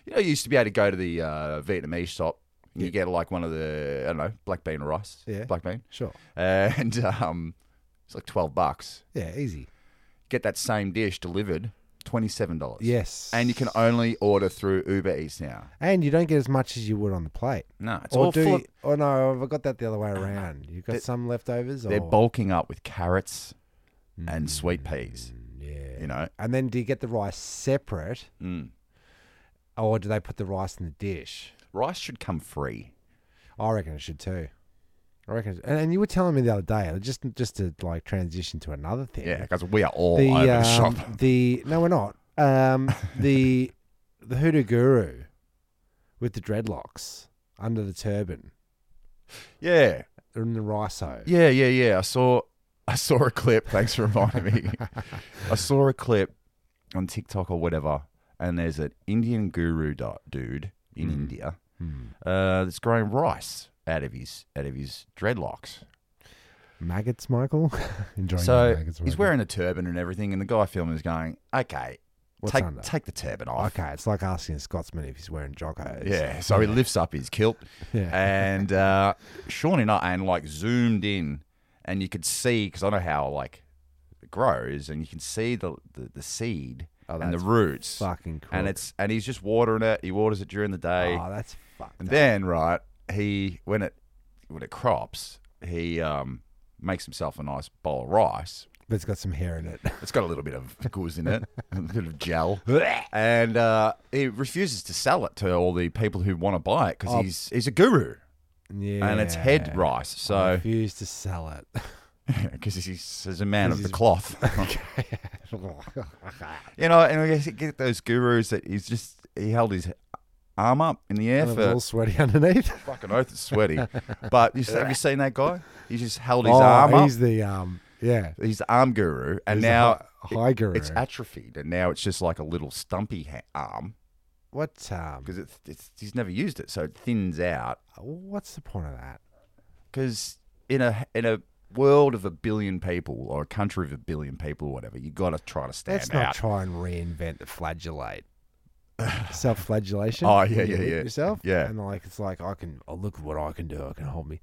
Speaker 2: You know, you used to be able to go to the uh, Vietnamese shop and you get like one of the, I don't know, black bean rice.
Speaker 3: Yeah.
Speaker 2: Black bean.
Speaker 3: Sure.
Speaker 2: And um, it's like 12 bucks.
Speaker 3: Yeah, easy.
Speaker 2: Get that same dish delivered, $27.
Speaker 3: Yes.
Speaker 2: And you can only order through Uber Eats now.
Speaker 3: And you don't get as much as you would on the plate.
Speaker 2: No, it's
Speaker 3: or
Speaker 2: all
Speaker 3: do
Speaker 2: full of-
Speaker 3: you,
Speaker 2: Uh,
Speaker 3: or no, I've got that the other way around. You've got some leftovers.
Speaker 2: They're
Speaker 3: or,
Speaker 2: bulking up with carrots and sweet peas.
Speaker 3: Mm, Yeah.
Speaker 2: You know,
Speaker 3: And then do you get the rice separate,
Speaker 2: Mm.
Speaker 3: or do they put the rice in the dish?
Speaker 2: rice should come free.
Speaker 3: I reckon it should too. I reckon. It, and, and you were telling me the other day, just just to like transition to another thing.
Speaker 2: Yeah, because we are all
Speaker 3: The,
Speaker 2: over the
Speaker 3: um,
Speaker 2: shop.
Speaker 3: the no, we're not. Um, the the hoodoo guru with the dreadlocks under the turban
Speaker 2: Yeah.
Speaker 3: in the riso.
Speaker 2: Yeah, yeah, yeah. I saw I saw a clip. Thanks for reminding me. I saw a clip on TikTok or whatever, and there's an Indian guru du- dude in
Speaker 3: Hmm.
Speaker 2: India uh, that's growing rice out of his out of his dreadlocks.
Speaker 3: Maggots, Michael. Enjoying
Speaker 2: so
Speaker 3: your maggots,
Speaker 2: he's
Speaker 3: Michael.
Speaker 2: wearing a turban and everything, and the guy filming is going, "Okay,
Speaker 3: What's
Speaker 2: take
Speaker 3: under?
Speaker 2: take the turban off."
Speaker 3: Okay, it's like asking a Scotsman if he's wearing joggers.
Speaker 2: Yeah, so he lifts up his kilt,
Speaker 3: Yeah.
Speaker 2: and uh, sure enough, and like zoomed in, and you could see because I know how like it grows, and you can see the the, the seed
Speaker 3: Oh,
Speaker 2: and the
Speaker 3: that's
Speaker 2: roots,
Speaker 3: fucking
Speaker 2: and
Speaker 3: crook.
Speaker 2: it's and he's just watering it. He waters it during the day,
Speaker 3: Oh, that's fucked.
Speaker 2: and
Speaker 3: up.
Speaker 2: then right, he when it when it crops, he um makes himself a nice bowl of rice.
Speaker 3: But it's got some hair in it.
Speaker 2: It's got a little bit of gauze in it, a bit of gel, and uh, he refuses to sell it to all the people who want to buy it because
Speaker 3: Oh.
Speaker 2: he's he's a guru
Speaker 3: yeah. Oh,
Speaker 2: and it's head rice.
Speaker 3: I
Speaker 2: So
Speaker 3: refuse to sell it.
Speaker 2: because he's, he's a man of the
Speaker 3: He's-
Speaker 2: cloth, you know. And I guess you get those gurus that he's just he held his arm up in the air
Speaker 3: And it was
Speaker 2: for
Speaker 3: all sweaty underneath.
Speaker 2: fucking oath, it's sweaty. But you, have you seen that guy? He just held his
Speaker 3: oh,
Speaker 2: arm up.
Speaker 3: he's the um, yeah.
Speaker 2: He's the arm guru, and
Speaker 3: He's the
Speaker 2: now
Speaker 3: hi- high guru.
Speaker 2: it's atrophied, and now it's just like a little stumpy ha- arm
Speaker 3: What um,
Speaker 2: because it, it's he's never used it, so it thins out.
Speaker 3: what's the point of that?
Speaker 2: Because in a in a world of a billion people or a country of a billion people or whatever, you got to try to stand
Speaker 3: Let's
Speaker 2: out.
Speaker 3: not try and reinvent the flagellate. Self-flagellation.
Speaker 2: Oh, yeah,
Speaker 3: You
Speaker 2: yeah,
Speaker 3: whip
Speaker 2: yeah.
Speaker 3: Yourself.
Speaker 2: Yeah.
Speaker 3: And like it's like I can. Oh, look what I can do. I can hold me.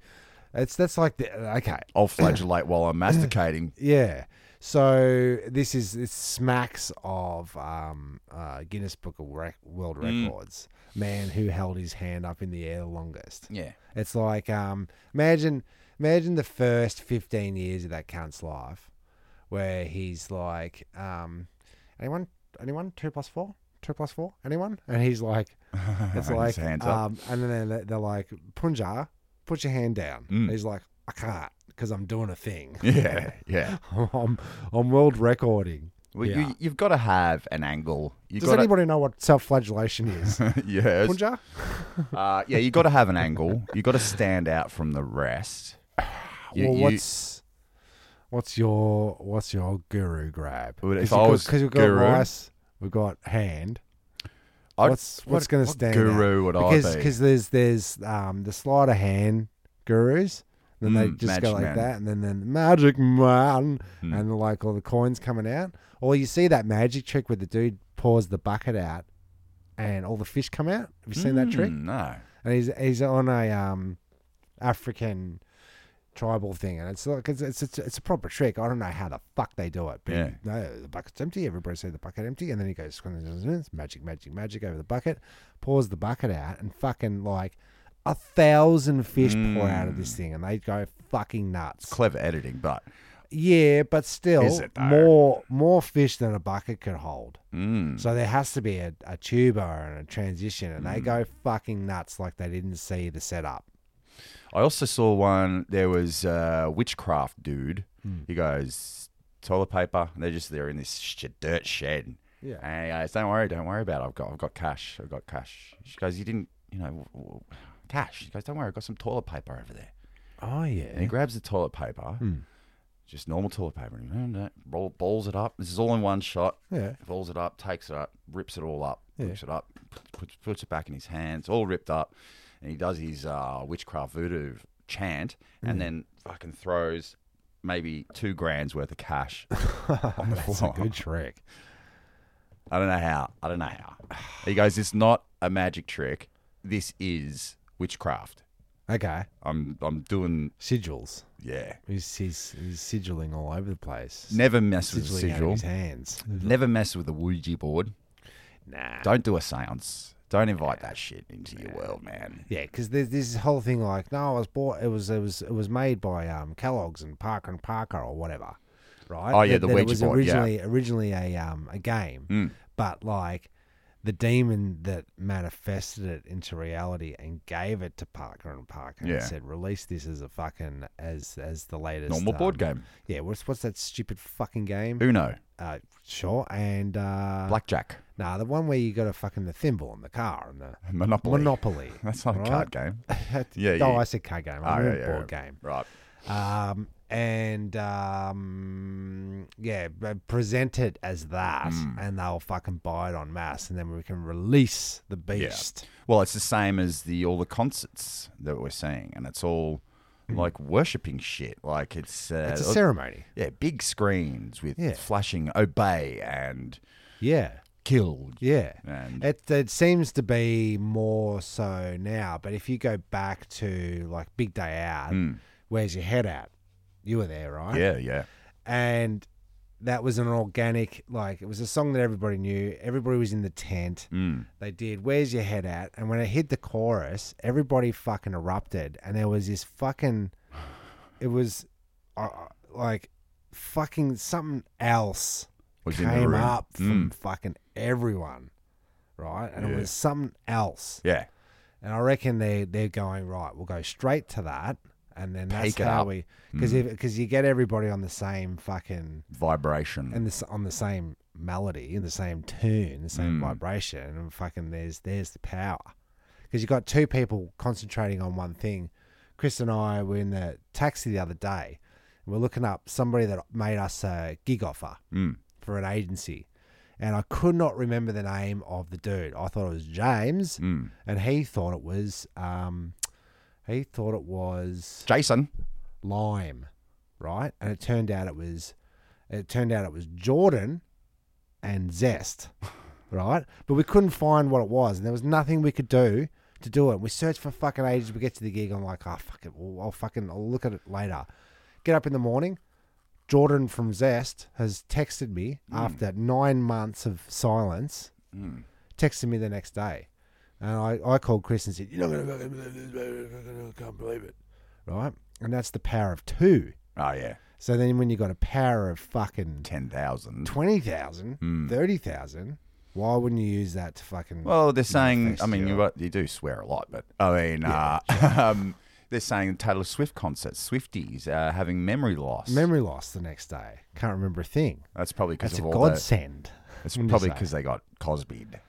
Speaker 3: It's that's like the okay.
Speaker 2: I'll flagellate while I'm masticating.
Speaker 3: Yeah. So this is this smacks of um, uh, Guinness Book of Rec- World
Speaker 2: Mm.
Speaker 3: Records. Man who held his hand up in the air the longest.
Speaker 2: Yeah.
Speaker 3: It's like um, imagine imagine the first fifteen years of that cunt's life, where he's like, um, anyone anyone two plus four. Two Two plus four? Anyone? And he's like, it's
Speaker 2: His
Speaker 3: like,
Speaker 2: hands up.
Speaker 3: um, and then they're, they're like, Punja, put your hand down.
Speaker 2: Mm.
Speaker 3: He's like, I can't because I'm doing a thing.
Speaker 2: Yeah, yeah.
Speaker 3: I'm, I'm world recording.
Speaker 2: Well,
Speaker 3: Yeah.
Speaker 2: you, you've got to have an angle. You've
Speaker 3: Does
Speaker 2: got
Speaker 3: anybody know what self-flagellation is?
Speaker 2: To, yes.
Speaker 3: Punja?
Speaker 2: Uh, yeah, you got to have an angle. You got to stand out from the rest. You-
Speaker 3: well,
Speaker 2: you-
Speaker 3: what's what's your what's your guru grab?
Speaker 2: Well, if
Speaker 3: you
Speaker 2: I
Speaker 3: got-
Speaker 2: was
Speaker 3: we've got
Speaker 2: guru-
Speaker 3: rice, we've got hand.
Speaker 2: I'd-
Speaker 3: what's what's
Speaker 2: what-
Speaker 3: going to
Speaker 2: what
Speaker 3: stand
Speaker 2: guru would
Speaker 3: out? because
Speaker 2: I be?
Speaker 3: because there's there's um the sleight of hand gurus. Then they
Speaker 2: Mm,
Speaker 3: just
Speaker 2: magic
Speaker 3: go like
Speaker 2: man. Mm.
Speaker 3: that, and then then magic man, and like all the coins coming out. Or you see that magic trick where the dude pours the bucket out, and all the fish come out. Have you seen that trick?
Speaker 2: Mm, No.
Speaker 3: and he's he's on a um African tribal thing, and it's like it's it's it's, it's a proper trick. I don't know how the fuck they do it, but
Speaker 2: Yeah.
Speaker 3: no, the bucket's empty. Everybody said the bucket empty, and then he goes it's magic, magic, magic over the bucket, pours the bucket out, and fucking like a thousand fish pour out of this thing, and they go fucking nuts.
Speaker 2: Clever editing, but
Speaker 3: Yeah, but still,
Speaker 2: Is it though?
Speaker 3: more more fish than a bucket could hold.
Speaker 2: mm,
Speaker 3: So there has to be a, a tuba and a transition, and they go fucking nuts like they didn't see the setup.
Speaker 2: I also saw one. There was a witchcraft dude.
Speaker 3: Hmm.
Speaker 2: He goes toilet paper. And they're just there in this sh- dirt shed.
Speaker 3: Yeah.
Speaker 2: And he goes, "Don't worry, don't worry about it. I've got, I've got cash. I've got cash." She goes, "You didn't, you know, w- w- cash." She goes, "Don't worry, I've got some toilet paper over there."
Speaker 3: Oh
Speaker 2: And he
Speaker 3: yeah, Hmm.
Speaker 2: grabs the toilet paper, just normal toilet paper, and he "No, no," roll, balls it up. This is all in one shot.
Speaker 3: yeah.
Speaker 2: Balls it up, takes it up, rips it all up,
Speaker 3: Yeah.
Speaker 2: rips it up, puts, puts, puts it back in his hands, all ripped up, and he does his uh, witchcraft voodoo chant,
Speaker 3: Mm.
Speaker 2: and then fucking throws maybe two grand's worth of cash on the
Speaker 3: Oh, That's a
Speaker 2: floor.
Speaker 3: good trick.
Speaker 2: I don't know how. I don't know how. He goes, "It's not a magic trick. This is witchcraft.
Speaker 3: Okay,
Speaker 2: I'm, I'm doing,
Speaker 3: sigils.
Speaker 2: yeah."
Speaker 3: He's he's, he's sigiling all over the place.
Speaker 2: Never mess with a
Speaker 3: Sigiling out of
Speaker 2: sigil.
Speaker 3: his hands.
Speaker 2: Never mess with a Ouija board.
Speaker 3: Nah.
Speaker 2: Don't do a seance. Don't invite that shit into your world, man.
Speaker 3: Yeah, because there's this whole thing like, no, I was bought. It was it was it was made by um, Kellogg's and Parker and Parker or whatever, right?
Speaker 2: Oh, yeah, the
Speaker 3: That- that
Speaker 2: Ouija
Speaker 3: It was
Speaker 2: board, yeah. Hmm.
Speaker 3: originally originally a um a game, but like the demon that manifested it into reality and gave it to Parker and Parker
Speaker 2: Yeah.
Speaker 3: and said, release this as a fucking as as the latest
Speaker 2: Normal board
Speaker 3: um,
Speaker 2: game.
Speaker 3: Yeah, what's what's that stupid fucking game?
Speaker 2: Uno,
Speaker 3: Uh, sure, and uh,
Speaker 2: blackjack,
Speaker 3: nah, the one where you got a fucking the thimble and the car and the
Speaker 2: Monopoly.
Speaker 3: Monopoly.
Speaker 2: That's not
Speaker 3: right?
Speaker 2: a card game.
Speaker 3: yeah,
Speaker 2: Yeah,
Speaker 3: Oh,
Speaker 2: you-
Speaker 3: I said card game.
Speaker 2: Oh,
Speaker 3: I
Speaker 2: yeah,
Speaker 3: meant
Speaker 2: yeah,
Speaker 3: board
Speaker 2: yeah.
Speaker 3: game.
Speaker 2: Right.
Speaker 3: Um, and um, yeah, but present it as that,
Speaker 2: Hmm.
Speaker 3: and they'll fucking buy it on mass, and then we can release the beast.
Speaker 2: Well, it's the same as the all the concerts that we're seeing, and it's all like worshipping shit. Like it's uh,
Speaker 3: Mm. It's a ceremony.
Speaker 2: Yeah, big screens with
Speaker 3: Yeah.
Speaker 2: flashing obey and
Speaker 3: Yeah,
Speaker 2: killed.
Speaker 3: yeah.
Speaker 2: And
Speaker 3: It, it seems to be more so now, but if you go back to like Big Day Out, where's your head at? You were there, right?
Speaker 2: Hmm. yeah, yeah.
Speaker 3: and that was an organic like it was a song that everybody knew everybody was in the tent
Speaker 2: Mm.
Speaker 3: they did where's your head at and when it hit the chorus everybody fucking erupted and there was this fucking it was uh, like fucking something else
Speaker 2: Was in the
Speaker 3: came
Speaker 2: room. Mm.
Speaker 3: up from fucking everyone right and it was something else
Speaker 2: Yeah.
Speaker 3: and I reckon they they're going right. We'll go straight to that, and then that's
Speaker 2: Take it
Speaker 3: how
Speaker 2: up. Mm.
Speaker 3: we because because you get everybody on the same fucking
Speaker 2: Vibration.
Speaker 3: and this on the same melody, in the same tune, the same vibration, and fucking there's there's the power because you got two people concentrating on one thing. Chris and I were in the taxi the other day. And we're looking up somebody that made us a gig offer
Speaker 2: Mm.
Speaker 3: for an agency. And I could not remember the name of the dude. I thought it was
Speaker 2: Hmm.
Speaker 3: James,
Speaker 2: Mm.
Speaker 3: and he thought it was um, he thought it was
Speaker 2: Jason.
Speaker 3: Lime, right? And it turned out it was, it turned out it was Jordan, and Zest, right? But we couldn't find what it was, and there was nothing we could do to do it. We searched for fucking ages. We get to the gig. I'm like, oh fuck it, well, I'll fucking I'll look at it later. Get up in the morning. Jordan from Zest has texted me after nine months of silence. Texted me the next day, and I, I called Chris and said, "You're not gonna fucking believe this, baby. I can't believe it." right? And that's the power of two.
Speaker 2: Oh yeah.
Speaker 3: So
Speaker 2: Hmm.
Speaker 3: then when you got a power of fucking
Speaker 2: Ten thousand.
Speaker 3: 20,000, 30,000, Why wouldn't you use that to fucking?
Speaker 2: Well, they're saying.
Speaker 3: manifest
Speaker 2: I mean,
Speaker 3: your-
Speaker 2: you, you do swear a lot, but I mean, uh, um, they're saying Taylor Swift concerts, Swifties uh, having memory loss.
Speaker 3: memory loss the next day. Can't remember a thing.
Speaker 2: That's probably because
Speaker 3: That's a
Speaker 2: of all the-
Speaker 3: godsend.
Speaker 2: It's
Speaker 3: wouldn't you
Speaker 2: probably
Speaker 3: say?
Speaker 2: because they got Cosby'd.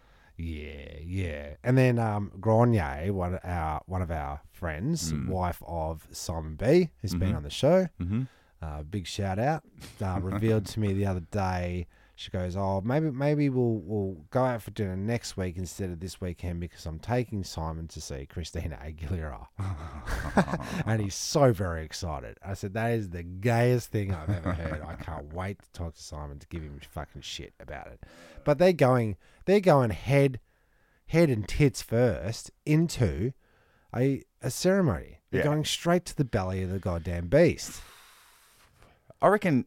Speaker 3: Yeah, yeah. And then um, Grenier, one of our one of our friends,
Speaker 2: Hmm.
Speaker 3: wife of Simon B, who's been on the show. Mm-hmm. Uh, big shout out. Uh, revealed to me the other day. She goes, "Oh, maybe maybe we'll we'll go out for dinner next week instead of this weekend because I'm taking Simon to see Christina Aguilera." and he's so very excited. I said, "That is the gayest thing I've ever heard. I can't wait to talk to Simon to give him fucking shit about it." But they're going, they're going head, head and tits first into a a ceremony. They're
Speaker 2: Yeah.
Speaker 3: going straight to the belly of the goddamn beast.
Speaker 2: I reckon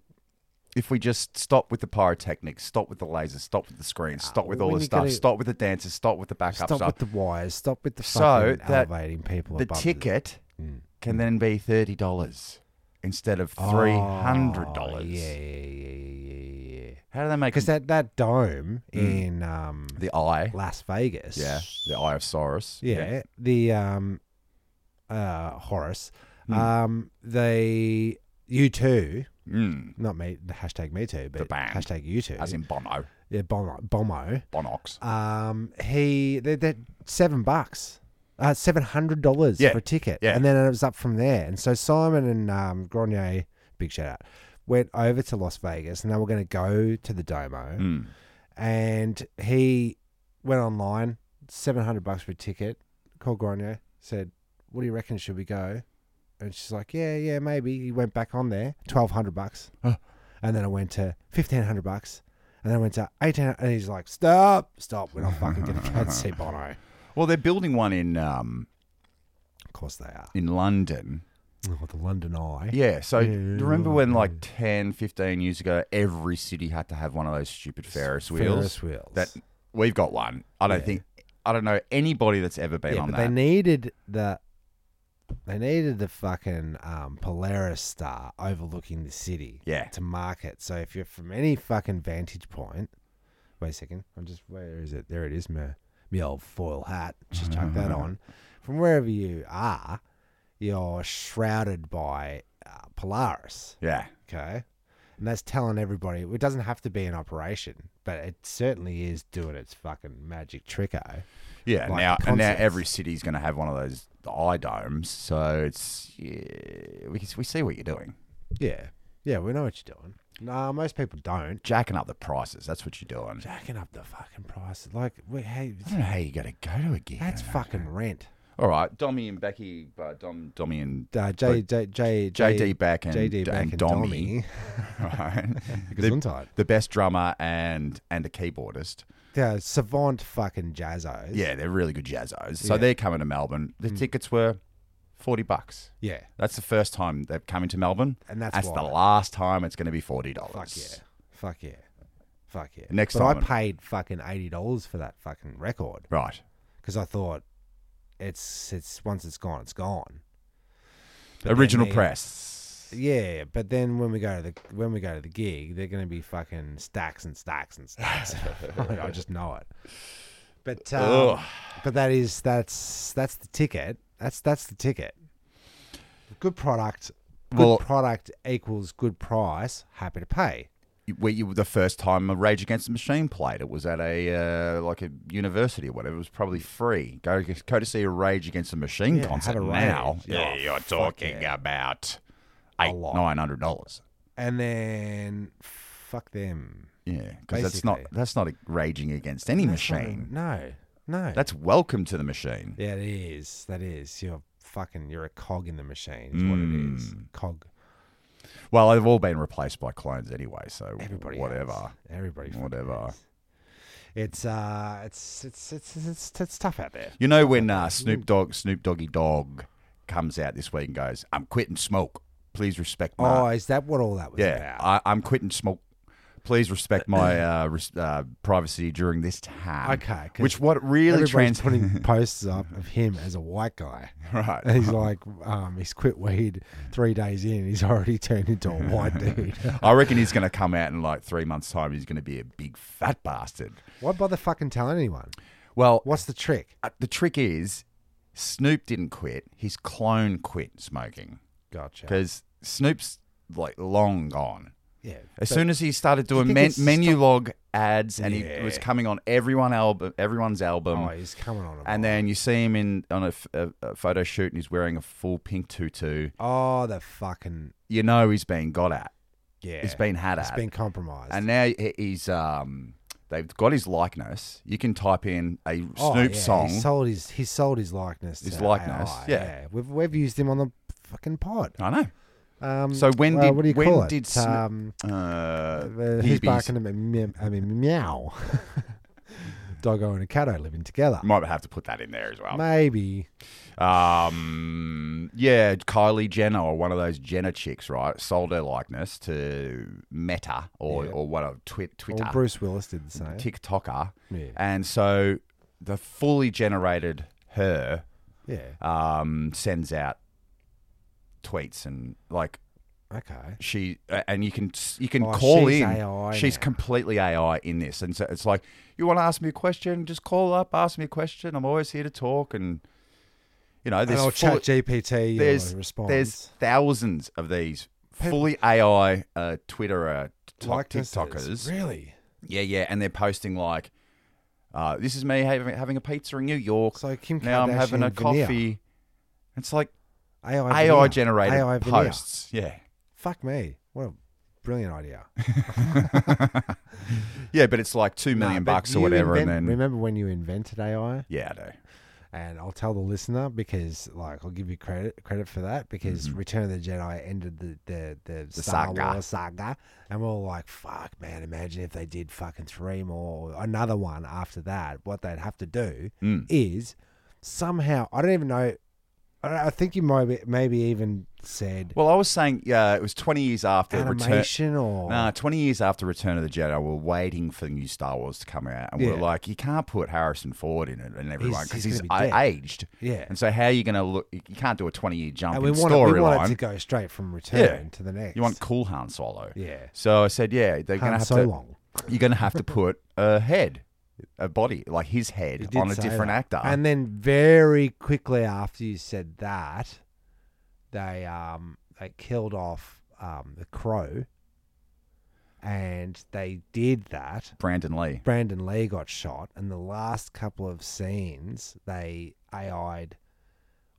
Speaker 2: if we just stop with the pyrotechnics, stop with the lasers, stop with the screens, stop with all
Speaker 3: when
Speaker 2: the
Speaker 3: you
Speaker 2: stuff,
Speaker 3: gotta-
Speaker 2: stop with the dancers, stop with the backup
Speaker 3: Stop
Speaker 2: stuff.
Speaker 3: with the wires. Stop with the
Speaker 2: so
Speaker 3: fucking
Speaker 2: that
Speaker 3: elevating people.
Speaker 2: the
Speaker 3: above Mm.
Speaker 2: ticket can then be thirty dollars instead of three hundred
Speaker 3: Oh,
Speaker 2: dollars.
Speaker 3: yeah, yeah, yeah, yeah, yeah, yeah.
Speaker 2: How do they make
Speaker 3: Because that that dome in um,
Speaker 2: Mm. the eye?
Speaker 3: Las Vegas,
Speaker 2: Yeah, the eye of Cyrus.
Speaker 3: Yeah, the um, uh, Horace, um, they you too,
Speaker 2: Mm.
Speaker 3: not me, the hashtag me too, but
Speaker 2: band.
Speaker 3: hashtag you too,
Speaker 2: As in Bono,
Speaker 3: yeah, Bomo, Bomo.
Speaker 2: Bonox.
Speaker 3: Um, he they're, they're seven bucks. Uh, seven hundred dollars
Speaker 2: Yeah,
Speaker 3: for a ticket,
Speaker 2: yeah.
Speaker 3: and then it was up from there. And so Simon and um, Grenier, big shout out, went over to Las Vegas, and they were going to go to the Domo.
Speaker 2: Mm.
Speaker 3: And he went online, seven hundred bucks for a ticket. Called Grenier, said, "What do you reckon? Should we go?" And she's like, "Yeah, yeah, maybe." He went back on there, twelve hundred bucks, and then it went to fifteen hundred bucks, and then it went to eighteen. And he's like, "Stop, stop! We're not fucking gonna go and see Bono."
Speaker 2: Well, they're building one in um,
Speaker 3: Of course they are.
Speaker 2: in London.
Speaker 3: Oh, the London Eye.
Speaker 2: Yeah, so
Speaker 3: Yeah,
Speaker 2: do you
Speaker 3: yeah,
Speaker 2: remember
Speaker 3: yeah,
Speaker 2: when like 10, 15 years ago, every city had to have one of those stupid Ferris wheels?
Speaker 3: Ferris wheels.
Speaker 2: That we've got one. I don't think I don't know anybody that's ever been
Speaker 3: yeah,
Speaker 2: on
Speaker 3: but
Speaker 2: that.
Speaker 3: they needed the they needed the fucking um, Polaris star overlooking the city.
Speaker 2: Yeah.
Speaker 3: To mark it. So if you're from any fucking vantage point, wait a second. I'm just where is it? There it is. My my old foil hat. Just chuck that on. From wherever you are, you're shrouded by uh, Polaris.
Speaker 2: yeah.
Speaker 3: Okay. And that's telling everybody it doesn't have to be an operation, but it certainly is doing its fucking magic tricko.
Speaker 2: Yeah.
Speaker 3: Like
Speaker 2: now
Speaker 3: the
Speaker 2: and now
Speaker 3: concepts.
Speaker 2: every city's gonna have one of those eye domes. So it's yeah, we, we see what you're doing.
Speaker 3: Yeah. Yeah, we know what you're doing. Nah, most people don't.
Speaker 2: Jacking up the prices, that's what you're doing.
Speaker 3: Jacking up the fucking prices. Like, we, hey,
Speaker 2: I don't know how you gotta go to a gig.
Speaker 3: that's fucking rent.
Speaker 2: All right, Dommy and Becky, uh, Dom, Dommy and
Speaker 3: Uh, J, J, J, J,
Speaker 2: JD Beck and,
Speaker 3: JD
Speaker 2: and,
Speaker 3: Beck and
Speaker 2: Dommy,
Speaker 3: Dommy.
Speaker 2: right? the,
Speaker 3: Gesundheit.
Speaker 2: the best drummer and and a keyboardist.
Speaker 3: Yeah, savant fucking jazzos.
Speaker 2: Yeah, they're really good jazzos. So
Speaker 3: Yeah. Hmm.
Speaker 2: they're coming to Melbourne. The tickets were forty bucks.
Speaker 3: Yeah.
Speaker 2: That's the first time they're coming to Melbourne,
Speaker 3: And that's
Speaker 2: the
Speaker 3: why.
Speaker 2: last time it's going to be forty dollars.
Speaker 3: Fuck yeah. Fuck yeah. Fuck yeah.
Speaker 2: Next
Speaker 3: but
Speaker 2: time-
Speaker 3: I paid fucking $80 for that fucking record
Speaker 2: Right.
Speaker 3: because I thought it's, it's, once it's gone, it's gone. then
Speaker 2: Original
Speaker 3: they-
Speaker 2: press.
Speaker 3: Yeah, but then when we go to the when we go to the gig, they're going to be fucking stacks and stacks and stacks. I just know it. But um,
Speaker 2: Ugh.
Speaker 3: but that is that's that's the ticket. That's that's the ticket. Good product. Good
Speaker 2: Well-
Speaker 3: product equals good price. Happy to pay.
Speaker 2: Where you the first time Rage Against the Machine played, it was at a uh, like a university or whatever. It was probably free. Go go to see a Rage Against the Machine
Speaker 3: Yeah,
Speaker 2: concert
Speaker 3: have a
Speaker 2: now.
Speaker 3: Rage. Yeah,
Speaker 2: you're
Speaker 3: fuck
Speaker 2: talking
Speaker 3: yeah.
Speaker 2: about
Speaker 3: A
Speaker 2: eight
Speaker 3: lot.
Speaker 2: nine hundred dollars.
Speaker 3: And then fuck them.
Speaker 2: Yeah, because that's not
Speaker 3: Basically.
Speaker 2: that's not a raging against any
Speaker 3: That's not a-
Speaker 2: machine.
Speaker 3: No, no.
Speaker 2: That's welcome to the machine.
Speaker 3: yeah, it is. That is. You're fucking. You're a cog in the machine. Is what it is.
Speaker 2: Mm.
Speaker 3: Cog.
Speaker 2: Well, they've all been replaced by clones anyway, so
Speaker 3: Everybody. has.
Speaker 2: whatever.
Speaker 3: Everybody. fucking
Speaker 2: Whatever.
Speaker 3: has. It's uh, it's it's it's it's, it's tough out there.
Speaker 2: You know when uh, Snoop Dogg, Snoop Doggy Dog, comes out this week and goes, "I'm quitting smoke. Please respect my."
Speaker 3: Oh, is that what all that was
Speaker 2: yeah,
Speaker 3: about?
Speaker 2: I, I'm quitting smoke. Please respect my uh, res- uh, privacy during this time.
Speaker 3: Okay, 'cause
Speaker 2: Which what really
Speaker 3: Everybody's
Speaker 2: trans
Speaker 3: putting posters up of him as a white guy.
Speaker 2: right.
Speaker 3: And he's like, um, he's quit weed three days in. He's already turned into a white dude.
Speaker 2: I reckon he's going to come out in like three months' time. He's going to be a big fat bastard.
Speaker 3: Why bother fucking telling anyone?
Speaker 2: Well,
Speaker 3: What's the trick?
Speaker 2: uh, the trick is Snoop didn't quit. His clone quit smoking
Speaker 3: Gotcha.
Speaker 2: because Snoop's like long gone.
Speaker 3: Yeah.
Speaker 2: As
Speaker 3: but-
Speaker 2: soon as he started doing
Speaker 3: think
Speaker 2: men-
Speaker 3: it's
Speaker 2: menu log ads, and he
Speaker 3: Yeah.
Speaker 2: was coming on everyone album, everyone's album,
Speaker 3: oh, he's coming on. a
Speaker 2: and
Speaker 3: roll.
Speaker 2: then you see him in on a, f- a- a photo shoot, and he's wearing a full pink tutu.
Speaker 3: oh, the fucking
Speaker 2: You know he's been got at.
Speaker 3: yeah.
Speaker 2: He's been had at.
Speaker 3: It's been compromised.
Speaker 2: and now he- he's um they've got his likeness. You can type in a Snoop
Speaker 3: Oh, yeah,
Speaker 2: song.
Speaker 3: He sold his. He sold his likeness.
Speaker 2: His
Speaker 3: to
Speaker 2: likeness,
Speaker 3: AI,
Speaker 2: yeah.
Speaker 3: We've we've used him on the fucking pod.
Speaker 2: I know.
Speaker 3: Um,
Speaker 2: So when
Speaker 3: uh,
Speaker 2: did
Speaker 3: what do you
Speaker 2: when
Speaker 3: call it?
Speaker 2: did Snoop,
Speaker 3: um,
Speaker 2: uh,
Speaker 3: uh, who's
Speaker 2: Heebies-
Speaker 3: barking at me? me- I mean, meow. Doggo and a cat are living together.
Speaker 2: might have to put that in there as well.
Speaker 3: Maybe.
Speaker 2: Um, yeah, Kylie Jenner or one of those Jenner chicks, right? Sold her likeness to Meta or or what a twi- Twitter
Speaker 3: Well, Bruce Willis eh? did the same.
Speaker 2: TikToker,
Speaker 3: Yeah.
Speaker 2: and so the fully generated her
Speaker 3: Yeah.
Speaker 2: um, sends out tweets and like
Speaker 3: Okay.
Speaker 2: she uh, and you can you can
Speaker 3: Oh,
Speaker 2: call
Speaker 3: she's
Speaker 2: in.
Speaker 3: AI
Speaker 2: she's
Speaker 3: now.
Speaker 2: completely AI in this, and so it's like you want to ask me a question, just call up, ask me a question. I'm always here to talk, and you know
Speaker 3: And
Speaker 2: there's
Speaker 3: I'll
Speaker 2: full-
Speaker 3: chat GPT
Speaker 2: there's
Speaker 3: response.
Speaker 2: there's thousands of these fully AI uh, Twitter uh, TikTok-
Speaker 3: Likenesses.
Speaker 2: TikTokers.
Speaker 3: Really?
Speaker 2: Yeah, yeah, and they're posting like, uh, "This is me having, having a pizza in New York.
Speaker 3: So Kim
Speaker 2: now I'm having a
Speaker 3: Kardashian veneer.
Speaker 2: coffee." It's like
Speaker 3: AI,
Speaker 2: AI
Speaker 3: veneer.
Speaker 2: generated
Speaker 3: AI veneer.
Speaker 2: posts. Yeah.
Speaker 3: Fuck me. What a brilliant idea.
Speaker 2: Yeah, but it's like two million
Speaker 3: Nah, but
Speaker 2: bucks or
Speaker 3: you
Speaker 2: whatever,
Speaker 3: invent-
Speaker 2: and then
Speaker 3: remember when you invented AI?
Speaker 2: yeah, I know.
Speaker 3: And I'll tell the listener because, like, I'll give you credit credit for that because Return of the Jedi ended the the the, Star
Speaker 2: Mm-hmm. saga.
Speaker 3: Wars saga, and we are all like, "Fuck, man! Imagine if they did fucking three more, another one after that. What they'd have to do
Speaker 2: Mm.
Speaker 3: is somehow I don't even know. I, don't- I think you maybe maybe even said
Speaker 2: Well, I was saying, yeah, it was twenty years after Return.
Speaker 3: animation or
Speaker 2: Nah, twenty years after Return of the Jedi, we're waiting for the new Star Wars to come out, and we're
Speaker 3: Yeah.
Speaker 2: like, you can't put Harrison Ford in it and everyone because
Speaker 3: he's
Speaker 2: he's,
Speaker 3: gonna be
Speaker 2: a-
Speaker 3: dead.
Speaker 2: aged.
Speaker 3: Yeah.
Speaker 2: And so, how are you going to look? You can't do a twenty-year jump
Speaker 3: and
Speaker 2: in
Speaker 3: we want it, we want it to
Speaker 2: storyline.
Speaker 3: go straight from Return
Speaker 2: Yeah.
Speaker 3: to the next.
Speaker 2: You want cool Han Solo.
Speaker 3: Yeah.
Speaker 2: So I said, yeah, they're going to
Speaker 3: Han
Speaker 2: have to.
Speaker 3: Solo.
Speaker 2: You're going to have to put a head, a body, like his head,
Speaker 3: You did
Speaker 2: on a
Speaker 3: say
Speaker 2: different
Speaker 3: that.
Speaker 2: actor.
Speaker 3: And then very quickly after you said that, they um they killed off um the crow, and they did that.
Speaker 2: Brandon Lee.
Speaker 3: Brandon Lee got shot, and the last couple of scenes they AI'd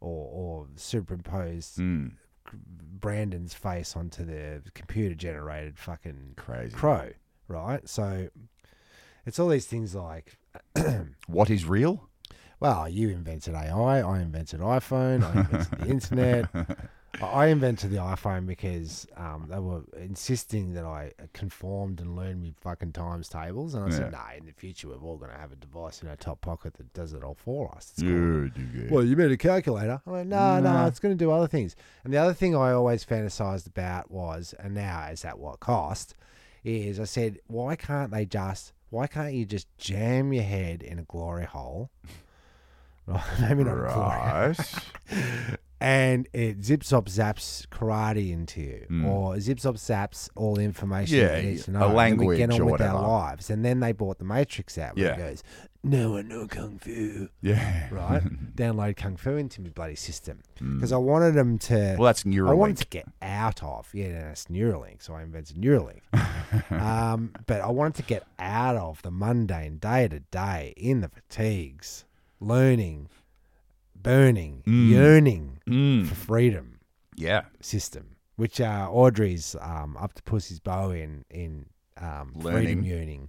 Speaker 3: or or superimposed
Speaker 2: Mm.
Speaker 3: Brandon's face onto the computer generated fucking
Speaker 2: Crazy.
Speaker 3: crow, right? So it's all these things like
Speaker 2: What is real?
Speaker 3: well, you invented AI, I invented iPhone, I invented the internet. I- I invented the iPhone because um, they were insisting that I conformed and learned me fucking times tables. And I said,
Speaker 2: Yeah.
Speaker 3: nah, in the future, we're all going to have a device in our top pocket that does it all for us. It's
Speaker 2: Yeah,
Speaker 3: cool.
Speaker 2: yeah.
Speaker 3: Well, you made a calculator. I'm like, no, no, it's going to do other things. And the other thing I always fantasized about was, and now is at what cost, is I said, why can't they just, why can't you just jam your head in a glory hole? Well, Maybe not a glory
Speaker 2: Right.
Speaker 3: and it zip zop zaps karate into you, or zip zop zaps all the information
Speaker 2: Hmm. Yeah,
Speaker 3: you need to
Speaker 2: a
Speaker 3: know. and then we
Speaker 2: language
Speaker 3: get on
Speaker 2: or
Speaker 3: with
Speaker 2: whatever.
Speaker 3: our lives, and then they bought the Matrix out. Where
Speaker 2: Yeah.
Speaker 3: it goes, no, I know kung fu.
Speaker 2: yeah.
Speaker 3: Right, download kung fu into my bloody system because I wanted them to.
Speaker 2: Hmm. Well, that's
Speaker 3: I wanted
Speaker 2: Neuralink.
Speaker 3: to get out of. Yeah, no, that's Neuralink, so I invented Neuralink. um, but I wanted to get out of the mundane day to day in the fatigues, learning, burning,
Speaker 2: Hmm.
Speaker 3: yearning for freedom
Speaker 2: Yeah.
Speaker 3: system, which uh, Audrey's um, up to pussy's bow in in um,
Speaker 2: Learning.
Speaker 3: freedom yearning.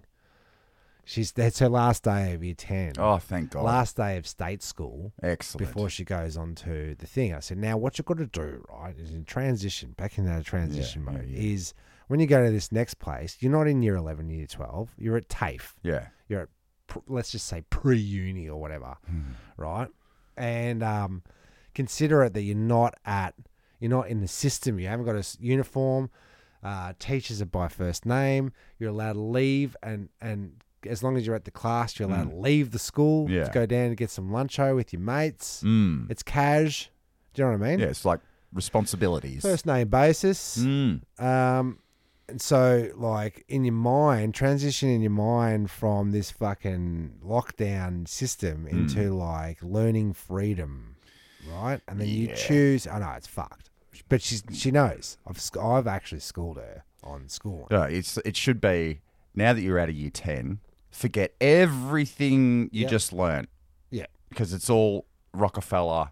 Speaker 3: She's that's her last day of year ten.
Speaker 2: Oh, thank God.
Speaker 3: last day of state school
Speaker 2: Excellent.
Speaker 3: before she goes on to the thing. I said, now what you've got to do, right, is in transition, back into that transition
Speaker 2: Yeah, yeah,
Speaker 3: mode,
Speaker 2: yeah.
Speaker 3: is when you go to this next place, you're not in year 11, year 12, you're at TAFE,
Speaker 2: yeah.
Speaker 3: you're at, pr- let's just say pre uni or whatever,
Speaker 2: Hmm.
Speaker 3: right? And um, consider it that you're not at, you're not in the system, you haven't got a s- uniform. Uh, teachers are by first name. You're allowed to leave, and and as long as you're at the class, you're allowed to leave the school
Speaker 2: Hmm. Yeah.
Speaker 3: to go down and get some luncho with your mates.
Speaker 2: Mm.
Speaker 3: It's cash. Do you know what I mean?
Speaker 2: Yeah, it's like responsibilities.
Speaker 3: First name basis.
Speaker 2: Mm.
Speaker 3: Um, and so, like, in your mind, transition in your mind from this fucking lockdown
Speaker 2: Mm.
Speaker 3: system into like learning freedom, right? And then you
Speaker 2: Yeah.
Speaker 3: choose. I know it's fucked, but she's she knows. I've sc- I've actually schooled her on schooling.
Speaker 2: No, it's it should be now that you're out of year ten, forget everything you
Speaker 3: Yep.
Speaker 2: just learnt
Speaker 3: Yeah,
Speaker 2: because it's all Rockefeller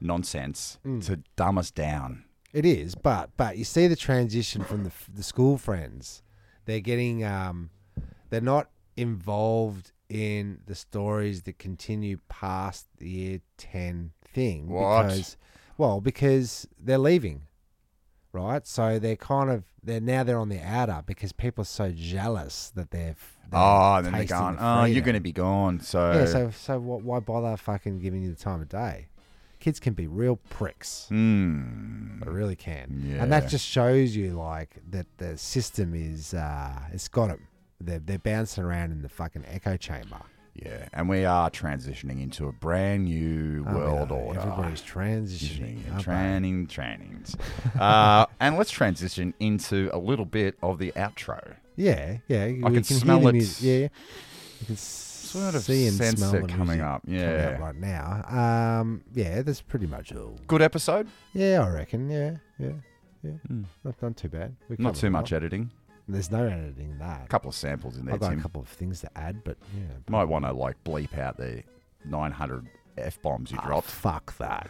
Speaker 2: nonsense
Speaker 3: Mm.
Speaker 2: to dumb us down.
Speaker 3: it is. But but you see the transition from the f- the school friends. They're getting um, they're not involved in the stories that continue past the year 10 thing
Speaker 2: What?
Speaker 3: because well because they're leaving right so they're kind of they're now they're on the outer because people are so jealous that they're, they're
Speaker 2: Oh, and then they're
Speaker 3: tasting
Speaker 2: going,
Speaker 3: the
Speaker 2: oh, you're
Speaker 3: freedom."
Speaker 2: going to be gone. So,
Speaker 3: yeah so so what, why bother fucking giving you the time of day kids can be real pricks
Speaker 2: Hmm.
Speaker 3: I really can.
Speaker 2: Yeah.
Speaker 3: And that just shows you like that the system is uh it's got them. They're, they're bouncing around in the fucking echo chamber.
Speaker 2: yeah, and we are transitioning into a brand new
Speaker 3: I mean,
Speaker 2: world
Speaker 3: uh,
Speaker 2: order.
Speaker 3: Everybody's transitioning. aren't they?
Speaker 2: Training, trainings. uh, and let's transition into a little bit of the outro.
Speaker 3: Yeah, yeah. I
Speaker 2: can smell it.
Speaker 3: Yeah, yeah. You can sort
Speaker 2: Sort of
Speaker 3: see and
Speaker 2: sense
Speaker 3: smell
Speaker 2: it
Speaker 3: the
Speaker 2: coming
Speaker 3: music
Speaker 2: up,
Speaker 3: coming
Speaker 2: yeah.
Speaker 3: out right now. Um, yeah, that's pretty much all.
Speaker 2: Good episode.
Speaker 3: Yeah, I reckon. Yeah, yeah, yeah. Not, not too bad. We
Speaker 2: Hmm. Not
Speaker 3: covered
Speaker 2: too
Speaker 3: a
Speaker 2: much
Speaker 3: lot.
Speaker 2: editing.
Speaker 3: There's no editing in that.
Speaker 2: A couple of samples in there,
Speaker 3: I've got
Speaker 2: Tim.
Speaker 3: a couple of things to add, but yeah.
Speaker 2: Might want to like bleep out the 900 f bombs you
Speaker 3: Ah,
Speaker 2: dropped.
Speaker 3: fuck that.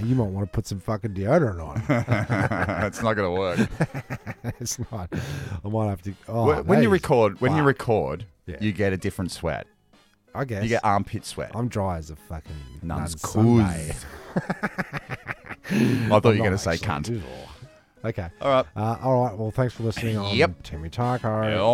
Speaker 3: you might want to put some fucking deodorant on.
Speaker 2: it's not going to work.
Speaker 3: it's not. I might have to. Oh,
Speaker 2: Wh- when
Speaker 3: that
Speaker 2: you
Speaker 3: is-
Speaker 2: record, when you
Speaker 3: fuck.
Speaker 2: record,
Speaker 3: Yeah.
Speaker 2: you get a different sweat.
Speaker 3: I guess
Speaker 2: You get armpit sweat.
Speaker 3: I'm dry as a fucking
Speaker 2: Nuns
Speaker 3: nun's
Speaker 2: cool.
Speaker 3: Sunday.
Speaker 2: I thought you were
Speaker 3: I'm
Speaker 2: going to
Speaker 3: not
Speaker 2: say
Speaker 3: actually-
Speaker 2: cunt.
Speaker 3: Okay.
Speaker 2: All right.
Speaker 3: Uh, all right. Well, thanks for listening. On
Speaker 2: Yep.
Speaker 3: Timmy Taco.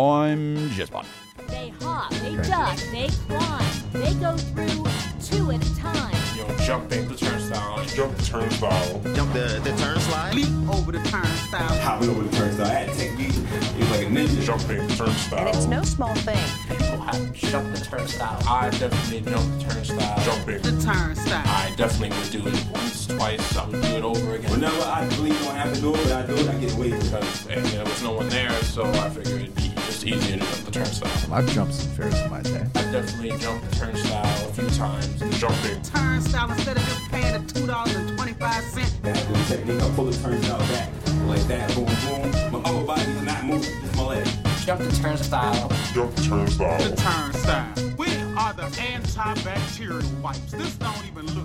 Speaker 2: I'm just one.
Speaker 9: They hop, they duck, they climb, they go through two at a time.
Speaker 10: You know, jump the turnstile, jump the turnstile.
Speaker 11: Jump the, the turnstile. Leap over the turnstile.
Speaker 10: Hopping over the turnstile, I had technique. It was like a ninja. Jump the turnstile.
Speaker 9: And it's no small thing.
Speaker 10: People have jumped the turnstile. I definitely jumped the turnstile. Jumping.
Speaker 11: The turnstile.
Speaker 10: I definitely would do it once, twice. I would do it over again. Whenever I believe I have to do it, but I do it, I get away because and there was no one there, so I figured it'd be just easier to jump the turnstile.
Speaker 2: I've jumped some fairs in my day.
Speaker 10: I definitely jumped the turnstile a few times. Jumping.
Speaker 11: Turnstile instead of just paying the two dollars and twenty five cent.
Speaker 10: That little technique, I pull the turnstile back like that. Boom, boom. My upper body is not moving, just my leg.
Speaker 11: Jump the turnstile.
Speaker 10: Jump the turnstile.
Speaker 11: The turnstile. We are the antibacterial wipes. This don't even look.